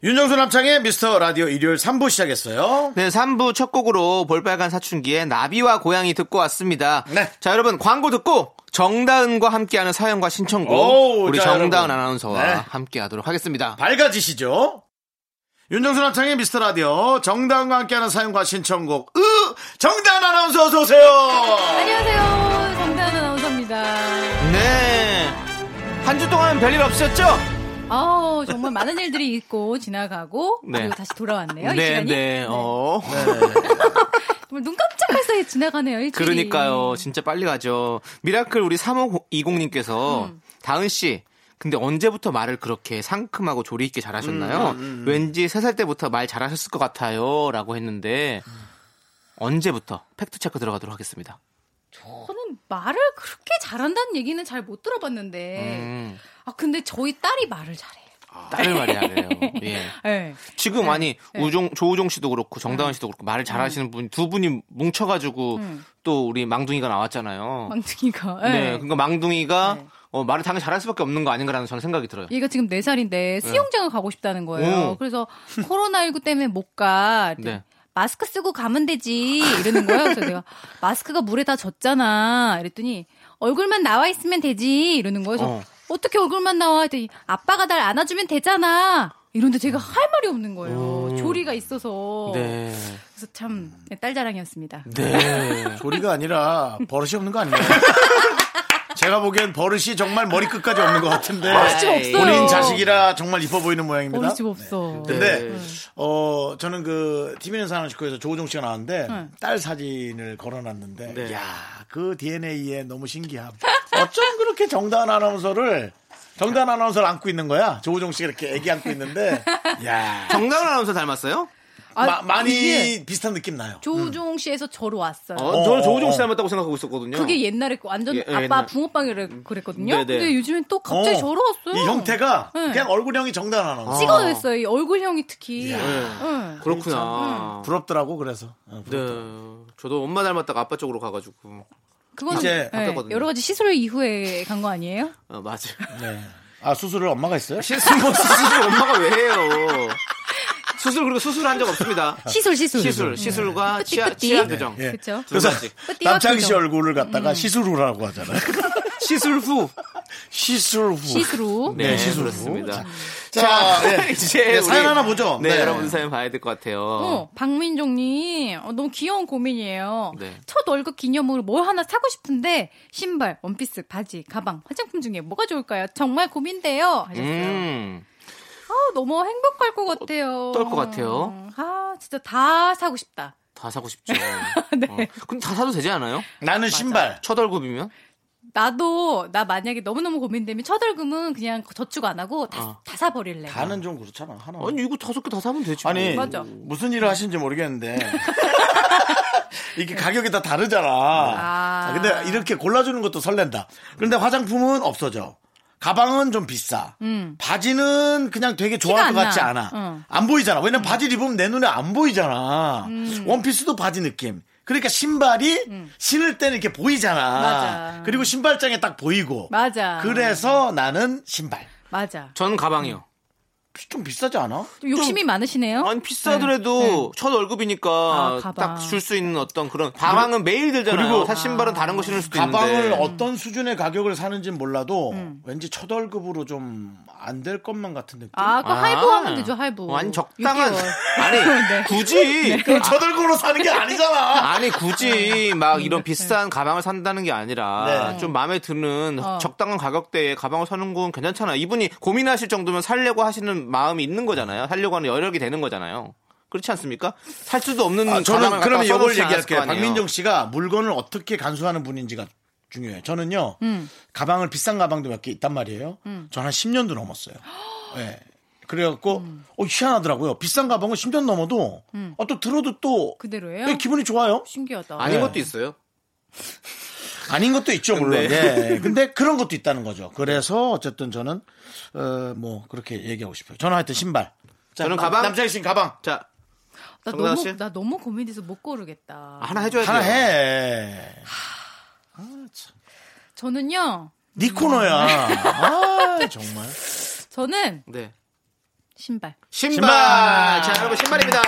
Speaker 1: 윤정수 남창의 미스터 라디오 일요일 3부 시작했어요.
Speaker 2: 네, 3부 첫 곡으로 볼빨간 사춘기의 나비와 고양이 듣고 왔습니다.
Speaker 1: 네.
Speaker 2: 자, 여러분 광고 듣고 정다은과 함께하는 사연과 신청곡
Speaker 1: 오우,
Speaker 2: 우리
Speaker 1: 자,
Speaker 2: 정다은
Speaker 1: 여러분.
Speaker 2: 아나운서와
Speaker 1: 네.
Speaker 2: 함께하도록 하겠습니다.
Speaker 1: 밝아지시죠? 윤정수 남창의 미스터 라디오 정다은과 함께하는 사연과 신청곡 으 정다은 아나운서 어서 오세요.
Speaker 7: 안녕하세요. 정다은 아나운서입니다.
Speaker 2: 네. 한 주 동안 별일 없으셨죠?
Speaker 7: 아우, 정말 많은 일들이 있고, 지나가고,
Speaker 2: 네.
Speaker 7: 그리고 다시 돌아왔네요. 이
Speaker 5: 네,
Speaker 7: 시간이.
Speaker 5: 네, 어.
Speaker 7: 정말 눈 깜짝할 사이에 지나가네요, 일주일이.
Speaker 5: 그러니까요. 진짜 빨리 가죠. 미라클 우리 3520님께서
Speaker 7: 음.
Speaker 5: 다은씨, 근데 언제부터 말을 그렇게 상큼하고 조리있게 잘하셨나요?
Speaker 7: 음,
Speaker 5: 왠지 3살 때부터 말 잘하셨을 것 같아요. 라고 했는데, 언제부터 팩트체크 들어가도록 하겠습니다.
Speaker 7: 저는 말을 그렇게 잘한다는 얘기는 잘 못 들어봤는데.
Speaker 2: 음,
Speaker 7: 아, 근데 저희 딸이 말을 잘해.
Speaker 2: 딸을 말이 하네요. 예.
Speaker 7: 예.
Speaker 2: 지금
Speaker 7: 네,
Speaker 2: 아니
Speaker 7: 네.
Speaker 2: 우종 조우종 씨도 그렇고 정다은 씨도 그렇고 말을 잘하시는 분 두 분이 뭉쳐가지고
Speaker 7: 음.
Speaker 2: 또 우리 망둥이가 나왔잖아요.
Speaker 7: 망둥이가. 예.
Speaker 2: 네. 그러니까 망둥이가
Speaker 7: 네.
Speaker 2: 어, 말을 당연히 잘할 수밖에 없는 거 아닌가라는 저는 생각이 들어요.
Speaker 7: 얘가 지금 4살인데 수영장을 가고 싶다는 거예요.
Speaker 2: 오.
Speaker 7: 그래서 코로나19 때문에 못 가.
Speaker 2: 네.
Speaker 7: 마스크 쓰고 가면 되지. 이러는 거예요. 그래서 내가 마스크가 물에 다 젖잖아. 이랬더니 얼굴만 나와 있으면 되지. 이러는 거예요.
Speaker 2: 어.
Speaker 7: 어. 어떻게 얼굴만 나와? 했더니 아빠가 날 안아주면 되잖아. 이런데 제가 할 말이 없는 거예요. 조리가 있어서.
Speaker 2: 네.
Speaker 7: 그래서 참 딸 자랑이었습니다.
Speaker 2: 네.
Speaker 1: 조리가 아니라 버릇이 없는 거 아닌가요? 제가 보기엔 버릇이 정말 머리끝까지 없는 것 같은데
Speaker 7: 집 없어요.
Speaker 1: 본인 자식이라 정말 이뻐 보이는 모양입니다.
Speaker 7: 우리 집 없어.
Speaker 2: 네.
Speaker 1: 근데
Speaker 7: 네.
Speaker 1: 어 저는 그 TV는 사는 식구에서 조우종 씨가 나왔는데
Speaker 7: 네.
Speaker 1: 딸 사진을 걸어놨는데
Speaker 2: 네.
Speaker 1: 야 그 DNA에 너무 신기함. 어쩜 그렇게 정다은 아나운서를 정다은 아나운서를 안고 있는 거야? 조우종 씨가 이렇게 애기 안고 있는데 야
Speaker 2: 정다은 아나운서 닮았어요?
Speaker 7: 아,
Speaker 1: 마- 많이
Speaker 7: 이게
Speaker 1: 비슷한 느낌 나요.
Speaker 7: 조우종 씨에서 저로 왔어요.
Speaker 2: 어, 저는 조우종 씨 닮았다고 생각하고 있었거든요.
Speaker 7: 그게 옛날에 그 완전
Speaker 2: 예, 예,
Speaker 7: 아빠
Speaker 2: 옛날.
Speaker 7: 붕어빵이라 그랬거든요.
Speaker 2: 네네.
Speaker 7: 근데 요즘엔 또 갑자기
Speaker 1: 어,
Speaker 7: 저러 왔어요.
Speaker 1: 이 형태가
Speaker 7: 네.
Speaker 1: 그냥 얼굴형이 정다은 아나운서.
Speaker 7: 찍어냈어요. 이 얼굴형이 특히. 응.
Speaker 2: 그렇구나.
Speaker 1: 부럽더라고 그래서. 어, 부럽-
Speaker 2: 네.
Speaker 7: 음.
Speaker 2: 저도 엄마 닮았다가 아빠 쪽으로 가가지고.
Speaker 7: 그건
Speaker 1: 이제
Speaker 7: 네,
Speaker 2: 바뀌었거든요.
Speaker 7: 여러 가지 시술 이후에 간 거 아니에요?
Speaker 2: 어, 맞아.
Speaker 1: 네. 아 수술을 엄마가 했어요?
Speaker 2: 실수, 뭐 수술 엄마가 왜 해요? 수술, 그리고 수술한 적 없습니다.
Speaker 7: 시술 시술.
Speaker 2: 시술, 네. 시술과
Speaker 7: 뿌띠,
Speaker 2: 치아,
Speaker 7: 뿌띠.
Speaker 2: 치아 교정.
Speaker 1: 네. 예.
Speaker 7: 그쵸. 음.
Speaker 1: 그래서
Speaker 2: 두 가지.
Speaker 7: 뿌띠와
Speaker 1: 남창희 씨
Speaker 7: 표정.
Speaker 1: 얼굴을 갖다가 시술 후라고 하잖아요.
Speaker 2: 시술 후.
Speaker 1: 시술 후.
Speaker 7: 시술 후.
Speaker 1: 네, 시술 후.
Speaker 2: 그렇습니다.
Speaker 1: 자, 예.
Speaker 2: 이제
Speaker 1: 네,
Speaker 2: 우리-
Speaker 1: 사연 하나 보죠.
Speaker 2: 네,
Speaker 1: 네.
Speaker 2: 여러분 사연 봐야 될 것 같아요.
Speaker 7: 어, 박민종님 어, 너무 귀여운 고민이에요.
Speaker 2: 네.
Speaker 7: 첫 월급 기념으로 뭘 하나 사고 싶은데 신발, 원피스, 바지, 가방, 화장품 중에 뭐가 좋을까요? 정말 고민돼요. 하셨어요.
Speaker 2: 음.
Speaker 7: 어, 너무 행복할 것 같아요.
Speaker 2: 어떨 것 같아요?
Speaker 7: 아 진짜 다 사고 싶다.
Speaker 2: 다 사고 싶죠.
Speaker 7: 네.
Speaker 2: 어. 근데 다 사도 되지 않아요?
Speaker 1: 나는 신발.
Speaker 2: 첫 월급이면?
Speaker 7: 나도 나 만약에 너무너무 고민되면 첫월금은 그냥 저축 안 하고 다,
Speaker 2: 어.
Speaker 7: 다 사버릴래.
Speaker 1: 다는 좀 그렇잖아. 하나.
Speaker 2: 아니, 이거 다섯 개 다 사면 되지. 뭐.
Speaker 1: 아니
Speaker 7: 맞아.
Speaker 1: 무슨 일을 하시는지 모르겠는데 이게 가격이 다 다르잖아. 자,
Speaker 7: 아.
Speaker 1: 근데 이렇게 골라주는 것도 설렌다. 그런데 화장품은 없어져. 가방은 좀 비싸.
Speaker 7: 음.
Speaker 1: 바지는 그냥 되게
Speaker 7: 티가
Speaker 1: 좋아할
Speaker 7: 안
Speaker 1: 것 같지
Speaker 7: 나. 어. 음.
Speaker 1: 않아.
Speaker 7: 응.
Speaker 1: 안 보이잖아. 왜냐면 바지를 입으면 내 눈에 안 보이잖아.
Speaker 7: 음.
Speaker 1: 원피스도 바지 느낌. 그러니까 신발이 신을 때는 이렇게 보이잖아.
Speaker 7: 맞아.
Speaker 1: 그리고 신발장에 딱 보이고.
Speaker 7: 맞아.
Speaker 1: 그래서 나는 신발.
Speaker 7: 맞아.
Speaker 2: 저는 가방이요.
Speaker 1: 좀 비싸지 않아?
Speaker 7: 좀 욕심이 많으시네요.
Speaker 2: 음. 아니, 비싸더라도
Speaker 1: 네.
Speaker 2: 첫 월급이니까
Speaker 7: 아, 가방.
Speaker 2: 딱 줄 수 있는 어떤 그런. 가방은 매일 들잖아요.
Speaker 1: 음. 그리고
Speaker 2: 사 신발은 다른 거 신을 수도
Speaker 1: 가방을
Speaker 2: 있는데.
Speaker 1: 어떤 수준의 가격을 사는지는 몰라도
Speaker 7: 음.
Speaker 1: 왠지 첫월급으로 좀 안 될 것만 같은 느낌.
Speaker 7: 아, 그거
Speaker 2: 아.
Speaker 7: 할부하면 되죠, 할부.
Speaker 2: 아니, 적당한.
Speaker 7: 6개월.
Speaker 2: 아니,
Speaker 7: 네.
Speaker 2: 굳이.
Speaker 1: 그럼 첫월급으로 사는 게 아니잖아.
Speaker 2: 아니 굳이
Speaker 7: 음.
Speaker 2: 막
Speaker 7: 네.
Speaker 2: 이런 비싼 가방을 산다는 게 아니라
Speaker 1: 네.
Speaker 2: 좀 마음에 드는
Speaker 7: 어.
Speaker 2: 적당한 가격대에 가방을 사는 건 괜찮잖아. 요 이분이 고민하실 정도면 살려고 하시는 마음이 있는 거잖아요. 살려고 하는 여력이 되는 거잖아요. 그렇지 않습니까? 살 수도 없는
Speaker 1: 아, 저는
Speaker 2: 음, 가방을
Speaker 1: 그러면
Speaker 2: 갖다가
Speaker 1: 이걸
Speaker 2: 써놓지 않았을
Speaker 1: 얘기할게요.
Speaker 2: 거 아니에요.
Speaker 1: 박민정 씨가 물건을 어떻게 간수하는 분인지가 중요해요. 저는요
Speaker 2: 음.
Speaker 1: 가방을 비싼 가방도 몇 개 있단 말이에요. 저는 한 10년도 넘었어요. 예. 그래갖고
Speaker 2: 음.
Speaker 1: 어, 희한하더라고요. 비싼 가방은 10년 넘어도 어, 또 들어도 또
Speaker 7: 그대로예요?
Speaker 1: 예, 기분이 좋아요.
Speaker 7: 신기하다.
Speaker 1: 네.
Speaker 2: 아닌 것도 있어요.
Speaker 1: 아닌 것도 있죠 물론.
Speaker 2: 근데.
Speaker 1: 근데. 예. 근데 그런 것도 있다는 거죠. 그래서 어쨌든 저는 어, 뭐 그렇게 얘기하고 싶어요. 저는 하여튼 신발. 자,
Speaker 2: 저는 가방.
Speaker 1: 남자희 씨는 가방.
Speaker 2: 자
Speaker 7: 나
Speaker 2: 정다은
Speaker 7: 너무,
Speaker 2: 씨? 아,
Speaker 7: 나 너무 고민돼서 못 고르겠다.
Speaker 2: 하나 해줘야 돼요.
Speaker 1: 아, 하나 해.
Speaker 7: 저는요,
Speaker 2: 음.
Speaker 1: 니네 코너야. 아 정말.
Speaker 7: 저는
Speaker 2: 네.
Speaker 7: 신발.
Speaker 2: 신발.
Speaker 1: 신발.
Speaker 2: 자 여러분 신발입니다.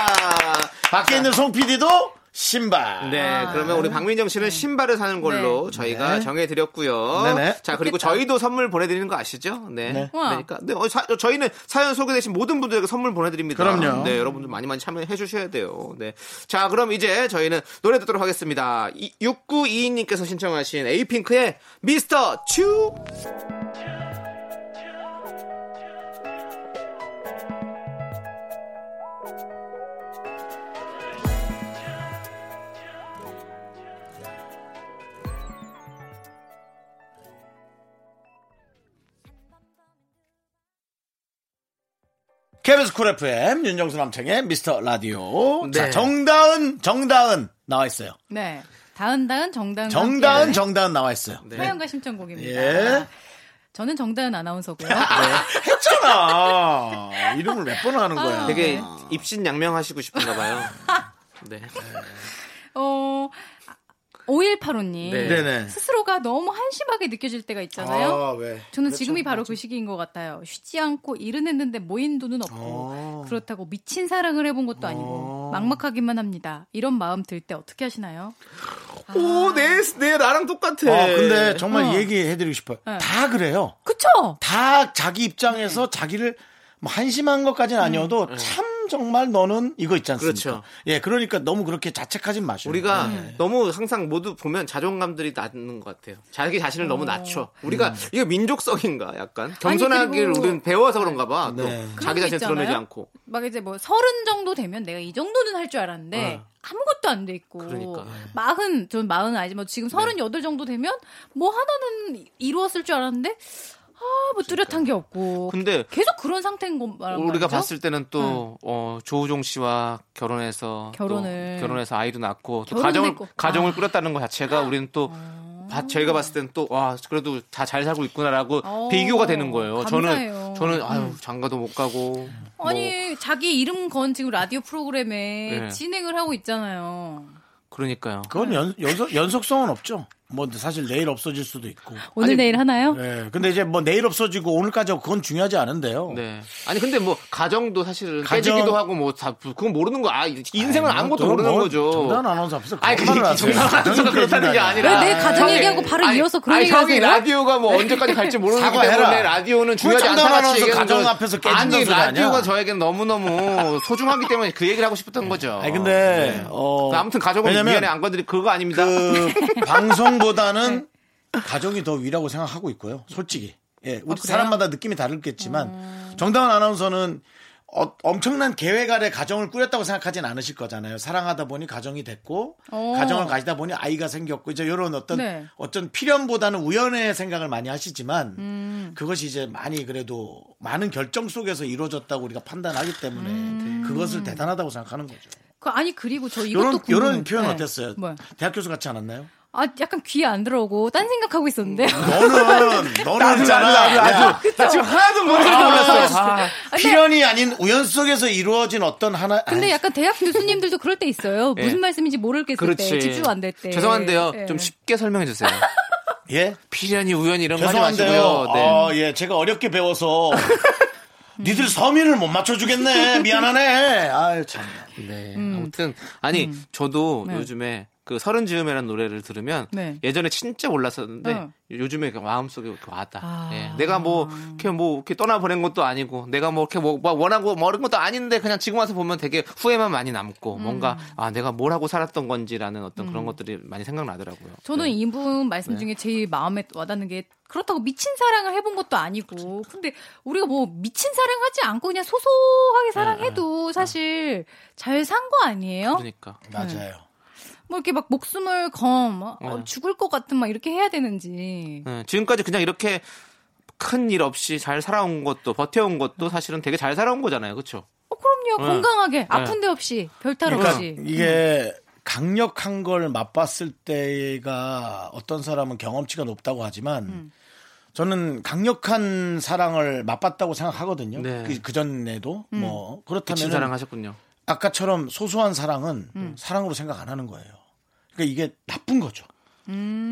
Speaker 1: 밖에 있는 송 PD도 신발.
Speaker 2: 네, 그러면 우리 박민정 씨는 신발을 사는 걸로 저희가
Speaker 1: 아, 네.
Speaker 2: 정해드렸고요.
Speaker 1: 네네.
Speaker 2: 자, 그리고
Speaker 7: 좋겠다.
Speaker 2: 저희도 선물 보내드리는 거 아시죠? 네.
Speaker 1: 네.
Speaker 7: 우와.
Speaker 2: 그러니까, 네, 어, 사- 저희는 사연 소개되신 모든 분들에게 선물 보내드립니다.
Speaker 1: 그럼요.
Speaker 2: 네, 여러분들 많이 많이 참여해 주셔야 돼요. 네. 자, 그럼 이제 저희는 노래 듣도록 하겠습니다. 6922님께서 신청하신 에이핑크의 미스터 츄!
Speaker 1: KBS 쿨 FM 윤정수 남창의 미스터 라디오. 자,
Speaker 2: 네.
Speaker 1: 정다은, 정다은 나와 있어요.
Speaker 7: 네. 다은 다은
Speaker 1: 음,
Speaker 7: 정다은
Speaker 1: 정다은, 정다은 나와 있어요.
Speaker 7: 서연과 심청곡입니다.
Speaker 1: 예.
Speaker 7: 저는 정다은 아나운서고요.
Speaker 1: 했잖아. 이름을 몇 번 하는 거야.
Speaker 7: 아,
Speaker 2: 되게 입신양명하시고 싶은가 봐요. 네.
Speaker 7: 어 5185님
Speaker 2: 네.
Speaker 1: 네네.
Speaker 7: 스스로가 너무 한심하게 느껴질 때가 있잖아요.
Speaker 1: 아, 왜?
Speaker 7: 저는
Speaker 2: 그렇죠.
Speaker 7: 지금이 바로 그 시기인 것 같아요. 쉬지 않고 일은 했는데 모인 돈은 없고
Speaker 2: 아.
Speaker 7: 그렇다고 미친 사랑을 해본 것도 아니고 막막하기만 합니다. 이런 마음 들 때 어떻게 하시나요?
Speaker 8: 오, 내, 내 나랑 똑같아.
Speaker 1: 아, 근데 정말
Speaker 7: 어.
Speaker 1: 얘기해드리고 싶어요.
Speaker 7: 네.
Speaker 1: 다 그래요.
Speaker 7: 그쵸?
Speaker 1: 다 자기 입장에서 자기를 뭐 한심한 것까지는 아니어도 참 정말 너는 이거 있지 않습니까?
Speaker 2: 그렇죠.
Speaker 1: 예, 그러니까 너무 그렇게 자책하진 마시고.
Speaker 2: 우리가 너무 항상 모두 보면 자존감들이 낮는 것 같아요. 자기 자신을 너무 낮춰. 우리가 이거 민족성인가 약간 겸손하기를
Speaker 7: 그리고-
Speaker 2: 우리는 배워서 그런가 봐. 또
Speaker 1: 네.
Speaker 2: 자기
Speaker 7: 거
Speaker 2: 자신
Speaker 7: 있잖아요.
Speaker 2: 드러내지 않고.
Speaker 7: 막 이제 뭐 서른 정도 되면 내가 이 정도는 할 줄 알았는데 아무것도 안 돼 있고
Speaker 2: 네. 그러니까. 네.
Speaker 7: 마흔 전 마흔은 아니지만 지금 서른 여덟 정도 되면 뭐 하나는 이루었을 줄 알았는데 아뭐 뚜렷한 게 없고
Speaker 2: 근데
Speaker 7: 계속 그런 상태인 거 말이죠. 네.
Speaker 2: 우리가 봤을 때는 또 어, 조우종 씨와 결혼해서 또
Speaker 7: 결혼을.
Speaker 2: 결혼해서 아이도 낳고 또
Speaker 7: 결혼을
Speaker 2: 가정을
Speaker 7: 했고. 아.
Speaker 2: 가정을 꾸렸다는 것 자체가 우리는 또 바- 저희가 봤을 땐 또 와 그래도 다 잘 살고 있구나라고
Speaker 7: 어,
Speaker 2: 비교가 되는 거예요.
Speaker 7: 감사해요.
Speaker 2: 저는
Speaker 7: 음.
Speaker 2: 저는 아유 장가도 못 가고 뭐
Speaker 7: 아니 자기 이름 건 지금 라디오 프로그램에
Speaker 2: 네.
Speaker 7: 진행을 하고 있잖아요.
Speaker 2: 그러니까요.
Speaker 1: 그건 연, 연속, 연속성은 없죠. 뭐 사실 내일 없어질 수도 있고.
Speaker 7: 오늘
Speaker 2: 아니,
Speaker 7: 내일 하나요?
Speaker 1: 예, 근데 이제 뭐 내일 없어지고 오늘까지 하고 그건 중요하지 않은데요.
Speaker 2: 네. 아니 근데 뭐 가정도 사실은
Speaker 1: 가정-
Speaker 2: 깨지기도 하고 뭐 다 그건 모르는 거. 아 인생은
Speaker 1: 아니,
Speaker 2: 아무것도
Speaker 1: 뭐
Speaker 2: 모르는
Speaker 1: 뭐
Speaker 2: 거죠.
Speaker 1: 정단 아나운서 앞에서
Speaker 2: 아니
Speaker 1: 그런 말을
Speaker 2: 그게
Speaker 1: 하세요.
Speaker 2: 정답 아나운서가
Speaker 1: 저는
Speaker 2: 그렇다는 게
Speaker 1: 그렇습니다.
Speaker 2: 아니라
Speaker 7: 왜 내 가정 얘기하고 바로 이어서 그런 얘기를
Speaker 2: 형이
Speaker 7: 하세요?
Speaker 2: 라디오가 뭐 언제까지 갈지 모르는 거기
Speaker 1: 사과해라.
Speaker 2: 때문에 라디오는 중요하지
Speaker 1: 왜
Speaker 2: 않다
Speaker 1: 장담하면서
Speaker 2: 같이 얘기하는
Speaker 1: 가정
Speaker 2: 건-
Speaker 1: 앞에서 깨진
Speaker 2: 아니
Speaker 1: 소리 아니야?
Speaker 2: 라디오가 저에게는 너무너무 소중하기 때문에 그 얘기를 하고 싶었던 거죠 네. 그러니까
Speaker 1: 아니 근데 어
Speaker 2: 아무튼 가족은
Speaker 1: 왜냐면
Speaker 2: 미안해 안 건드리 그거 아닙니다
Speaker 1: 그 방송보다는
Speaker 7: 네.
Speaker 1: 가정이 더 위라고 생각하고 있고요. 솔직히.
Speaker 7: 아,
Speaker 1: 예, 우리 사람마다 느낌이 다르겠지만
Speaker 7: 음.
Speaker 1: 정다은 아나운서는 어- 엄청난 계획 아래 가정을 꾸렸다고 생각하진 않으실 거잖아요. 사랑하다 보니 가정이 됐고
Speaker 7: 어.
Speaker 1: 가정을 가지다 보니 아이가 생겼고 이제 이런 어떤
Speaker 7: 네.
Speaker 1: 어떤 필연보다는 우연의 생각을 많이 하시지만
Speaker 7: 음.
Speaker 1: 그것이 이제 많이 그래도 많은 결정 속에서 이루어졌다고 우리가 판단하기 때문에 그것을 대단하다고 생각하는 거죠.
Speaker 7: 그, 아니 그리고 저 음. 이것도
Speaker 1: 이런 이런
Speaker 7: 궁금해요.
Speaker 1: 표현
Speaker 7: 네.
Speaker 1: 어땠어요?
Speaker 7: 뭐요?
Speaker 1: 대학 교수 같지 않았나요?
Speaker 7: 아 약간 귀에 안 들어오고 딴 생각하고 있었는데.
Speaker 1: 음. 너는 너는 있잖아. 아주
Speaker 7: 그쵸?
Speaker 2: 하나도
Speaker 7: 아,
Speaker 2: 아. 모르는
Speaker 1: 아, 필연이 아닌 우연 속에서 이루어진 어떤 하나.
Speaker 7: 근데
Speaker 1: 아이,
Speaker 7: 약간 대학 교수님들도 그럴 때 있어요.
Speaker 2: 예.
Speaker 7: 무슨 말씀인지 모르겠을 때, 집중 안 될 때.
Speaker 2: 죄송한데요
Speaker 7: 예.
Speaker 2: 좀 쉽게 설명해 주세요
Speaker 1: 예
Speaker 2: 필연이 우연이 이런 거 하지
Speaker 1: 죄송한데요.
Speaker 2: 마시고요 네. 음.
Speaker 1: 아, 예 제가 어렵게 배워서 니들 서민을 못 맞춰주겠네. 미안하네. 아유 참.
Speaker 2: 네.
Speaker 7: 음.
Speaker 2: 아무튼 아니 저도 요즘에 그 서른 즈음에라는 노래를 들으면
Speaker 7: 네.
Speaker 2: 예전에 진짜 몰랐었는데
Speaker 7: 어.
Speaker 2: 요즘에 그 마음속에 이렇게 와다.
Speaker 7: 아.
Speaker 2: 예. 내가 뭐 이렇게 뭐 이렇게 떠나 보낸 것도 아니고 내가 뭐 이렇게 뭐막 원하고 뭐른 것도 아닌데 그냥 지금 와서 보면 되게 후회만 많이 남고
Speaker 7: 음.
Speaker 2: 뭔가 아 내가 뭘 하고 살았던 건지라는 어떤 그런 것들이 많이 생각나더라고요.
Speaker 7: 저는
Speaker 2: 네.
Speaker 7: 이분 말씀 중에 제일 마음에 와닿는 게 그렇다고 미친 사랑을 해본 것도 아니고 근데 우리가 뭐 미친 사랑하지 않고 그냥 소소하게 사랑해도 사실 잘 산 거 아니에요?
Speaker 2: 그러니까
Speaker 1: 맞아요.
Speaker 7: 뭐 이렇게 막 목숨을 검 어,
Speaker 1: 네.
Speaker 7: 죽을 것 같은 막 이렇게 해야 되는지
Speaker 2: 예, 지금까지 그냥 이렇게 큰 일 없이 잘 살아온 것도 버텨온
Speaker 7: 음.
Speaker 2: 것도 사실은 되게 잘 살아온 거잖아요, 그렇죠?
Speaker 7: 어 그럼요 건강하게 아픈 데 없이 별탈
Speaker 1: 네. 그러니까
Speaker 2: 음. 네.
Speaker 7: 없이
Speaker 1: 이게 강력한 걸 맛봤을 때가 어떤 사람은 경험치가 높다고 하지만
Speaker 2: 음.
Speaker 1: 저는 강력한 사랑을 맛봤다고 생각하거든요.
Speaker 2: 네. 음.
Speaker 1: 그, 그 전에도 뭐
Speaker 2: 미친
Speaker 1: 그렇다면
Speaker 2: 사랑하셨군요.
Speaker 1: 아까처럼 소소한 사랑은
Speaker 2: 음.
Speaker 1: 사랑으로 생각 안 하는 거예요. 그러니까 이게 나쁜 거죠.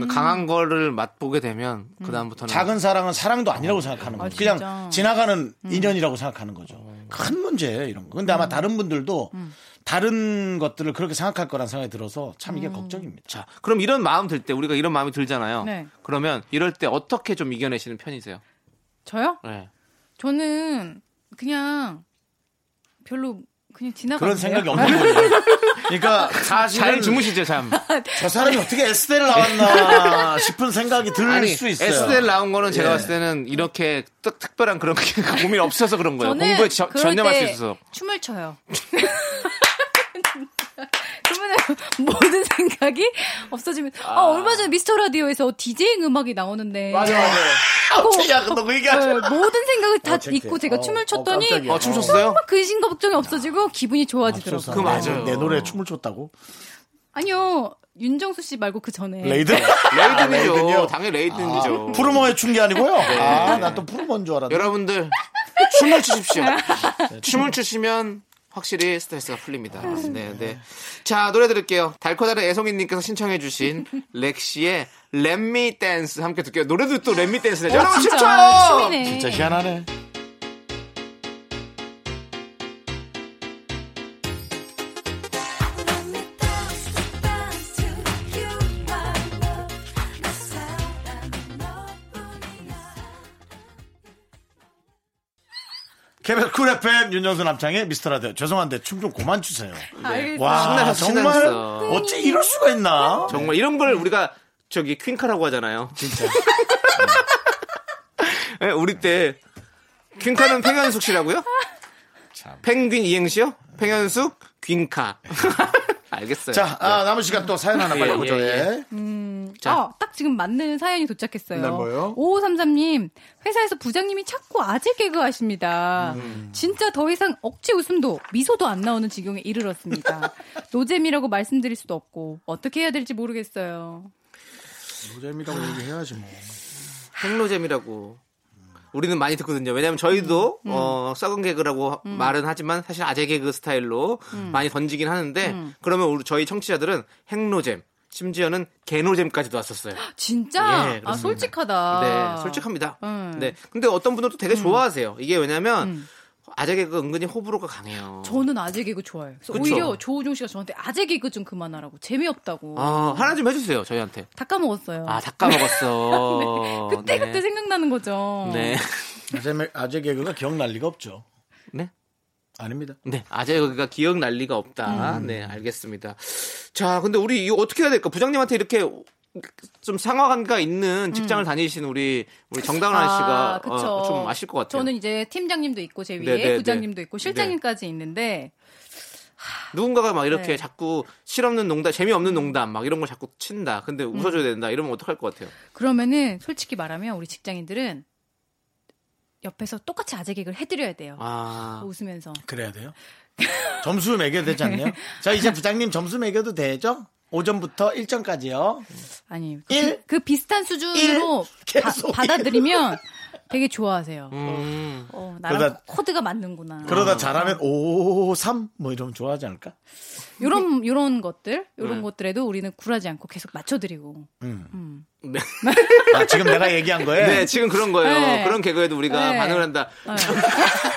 Speaker 2: 강한 거를 맛보게 되면 그 다음부터는
Speaker 1: 음. 작은 사랑은 사랑도 아니라고 생각하는 거죠. 그냥
Speaker 7: 진짜.
Speaker 1: 지나가는
Speaker 2: 음.
Speaker 1: 인연이라고 생각하는 거죠.
Speaker 2: 어.
Speaker 1: 큰 문제예요, 이런 거. 근데 아마 다른 분들도
Speaker 2: 음.
Speaker 1: 다른 것들을 그렇게 생각할 거란 생각이 들어서 참
Speaker 2: 음.
Speaker 1: 이게 걱정입니다.
Speaker 2: 자 그럼 이런 마음 들 때 우리가 이런 마음이 들잖아요.
Speaker 7: 네.
Speaker 2: 그러면 이럴 때 어떻게 좀 이겨내시는 편이세요?
Speaker 7: 저요?
Speaker 2: 네.
Speaker 7: 저는 그냥 별로 그냥 지나가
Speaker 1: 그런 생각이 없는 거예요. 그러니까
Speaker 2: 아, 잘
Speaker 1: 사실은
Speaker 2: 주무시죠 잠.
Speaker 1: 저 사람이 어떻게 S대를 나왔나 싶은 생각이 들 수 있어요.
Speaker 2: SL 나온 거는 제가
Speaker 1: 예.
Speaker 2: 봤을 때는 이렇게 특, 특별한 그런 게 고민이 없어서 그런 거예요.
Speaker 7: 저는
Speaker 2: 공부에 저-
Speaker 7: 그럴
Speaker 2: 전념할 수
Speaker 7: 때
Speaker 2: 있어서.
Speaker 7: 춤을 춰요. 그러면 모든 생각이 없어지면. 아, 얼마 전에 미스터 라디오에서 디제잉 음악이 나오는데.
Speaker 8: 맞아,
Speaker 2: 네.
Speaker 8: 맞아.
Speaker 2: 야, 너그 얘기하지.
Speaker 7: 네, 모든 생각을 다
Speaker 1: 어, 창피해.
Speaker 7: 잊고 제가
Speaker 1: 어, 어,
Speaker 7: 춤을 췄더니
Speaker 1: 깜짝이야.
Speaker 2: 어, 춤췄어요?
Speaker 7: 정말 근심 걱정이 없어지고 기분이 좋아지더라고요.
Speaker 1: 그거
Speaker 2: 맞아요.
Speaker 1: 내 노래 춤을 췄다고?
Speaker 7: 아니요. 윤정수 씨 말고 그 전에.
Speaker 2: 네.
Speaker 1: 레이드?
Speaker 2: 레이든이죠.
Speaker 1: 레이든이요? 아.
Speaker 2: 당연히 레이든이죠.
Speaker 1: 푸르머의 춘게 아니고요. 아, 난 또 푸르머인 줄 알았는데.
Speaker 2: 네. 여러분들 춤을 추십시오. 춤을 추시면 확실히 스트레스가 풀립니다. 네, 네. 자, 노래 들을게요. 달코다른 애송이님께서 신청해주신 렉시의 렛미 댄스 함께 들게요. 노래도 또 렛미 댄스네. 여러분
Speaker 7: 진짜
Speaker 2: 춤춰요!
Speaker 7: 춤이네.
Speaker 1: 진짜 희한하네. KBS 쿨 FM 윤정수 남창의 미스터라디오 죄송한데 춤 좀 그만 추세요.
Speaker 7: 알겠어요.
Speaker 1: 와
Speaker 2: 신나셨어,
Speaker 1: 정말
Speaker 2: 신나셨어.
Speaker 1: 어찌 이럴 수가 있나?
Speaker 2: 정말 이런 걸 우리가 저기 퀸카라고 하잖아요. 진짜. 우리 때 퀸카는 팽현숙 씨라고요?
Speaker 1: 참.
Speaker 2: 펭귄 이행시요? 팽현숙, 퀸카. 알겠어요.
Speaker 1: 자 아, 남은 시간 또 사연 하나 빨리
Speaker 2: 네. 예,
Speaker 1: 보죠.
Speaker 2: 예, 예.
Speaker 1: 예.
Speaker 2: 자.
Speaker 7: 아, 딱 지금 맞는 사연이 도착했어요.
Speaker 1: 네, 뭐요?
Speaker 7: 5533님, 회사에서 부장님이 자꾸 아재 개그 하십니다. 진짜 더 이상 억지 웃음도, 미소도 안 나오는 지경에 이르렀습니다. 노잼이라고 말씀드릴 수도 없고, 어떻게 해야 될지 모르겠어요.
Speaker 1: 노잼이라고 얘기해야지 뭐.
Speaker 2: 행로잼이라고 우리는 많이 듣거든요. 왜냐하면 저희도
Speaker 7: 음.
Speaker 2: 어, 썩은 개그라고 말은 하지만 사실 아재 개그 스타일로
Speaker 7: 음.
Speaker 2: 많이 던지긴 하는데 그러면 우리 저희 청취자들은 행로잼 심지어는 개노잼까지도 왔었어요.
Speaker 7: 진짜?
Speaker 2: 예, 그렇습니다.
Speaker 7: 아, 솔직하다.
Speaker 2: 네, 솔직합니다.
Speaker 7: 음.
Speaker 2: 네, 근데 어떤 분들은 또 되게 좋아하세요. 이게 왜냐하면 아재 개그 은근히 호불호가 강해요.
Speaker 7: 저는 아재 개그 좋아해요. 그래서
Speaker 2: 그쵸?
Speaker 7: 오히려 조우종 씨가 저한테 아재 개그 좀 그만하라고. 재미없다고.
Speaker 2: 아, 하나 좀 해주세요 저희한테.
Speaker 7: 다 까먹었어요.
Speaker 2: 아, 다 까먹었어.
Speaker 7: 그때그때
Speaker 2: 네.
Speaker 7: 생각나는 거죠.
Speaker 2: 네.
Speaker 1: 아재, 아재 개그가 기억날 리가 없죠.
Speaker 2: 네.
Speaker 1: 아닙니다.
Speaker 2: 네, 아재 여기가 기억 날 리가 없다.
Speaker 7: 음.
Speaker 2: 네, 알겠습니다. 자, 근데 우리 이거 어떻게 해야 될까? 부장님한테 이렇게 좀 상황관계가 있는 직장을 다니신 우리 우리
Speaker 1: 음.
Speaker 2: 정다은
Speaker 7: 음. 아,
Speaker 2: 아, 씨가
Speaker 7: 그쵸.
Speaker 2: 어, 좀 아실 것 같아요.
Speaker 7: 저는 이제 팀장님도 있고 제 위에
Speaker 2: 네, 네,
Speaker 7: 부장님도
Speaker 2: 네.
Speaker 7: 있고 실장님까지 있는데
Speaker 2: 누군가가 막 이렇게
Speaker 7: 네.
Speaker 2: 자꾸 실없는 농담, 재미없는 농담 막 이런 걸 자꾸 친다. 근데
Speaker 7: 음.
Speaker 2: 웃어줘야 된다. 이러면 어떡할 것 같아요?
Speaker 7: 그러면은 솔직히 말하면 우리 직장인들은 옆에서 똑같이 아재 개그를 해드려야 돼요.
Speaker 2: 아,
Speaker 7: 웃으면서
Speaker 1: 그래야 돼요. 점수 매겨야 되지 않나요? 자 이제 부장님 점수 매겨도 되죠? 5점부터 1점까지요.
Speaker 7: 아니 그,
Speaker 1: 일.
Speaker 7: 그 비슷한 수준으로
Speaker 1: 일.
Speaker 7: 바-
Speaker 1: 계속 일.
Speaker 7: 받아들이면 되게 좋아하세요.
Speaker 2: 음,
Speaker 7: 어, 나랑
Speaker 1: 그러다-
Speaker 7: 코드가 맞는구나.
Speaker 1: 그러다 잘하면 5, 3 뭐 이러면 좋아하지 않을까?
Speaker 7: 요런 요런 것들 요런
Speaker 2: 네.
Speaker 7: 것들에도 우리는 굴하지 않고 계속 맞춰드리고
Speaker 1: 음. 아, 지금 내가 얘기한 거에
Speaker 2: 네, 지금 그런 거예요.
Speaker 7: 네.
Speaker 2: 그런 개그에도 우리가
Speaker 7: 네.
Speaker 2: 반응을 한다.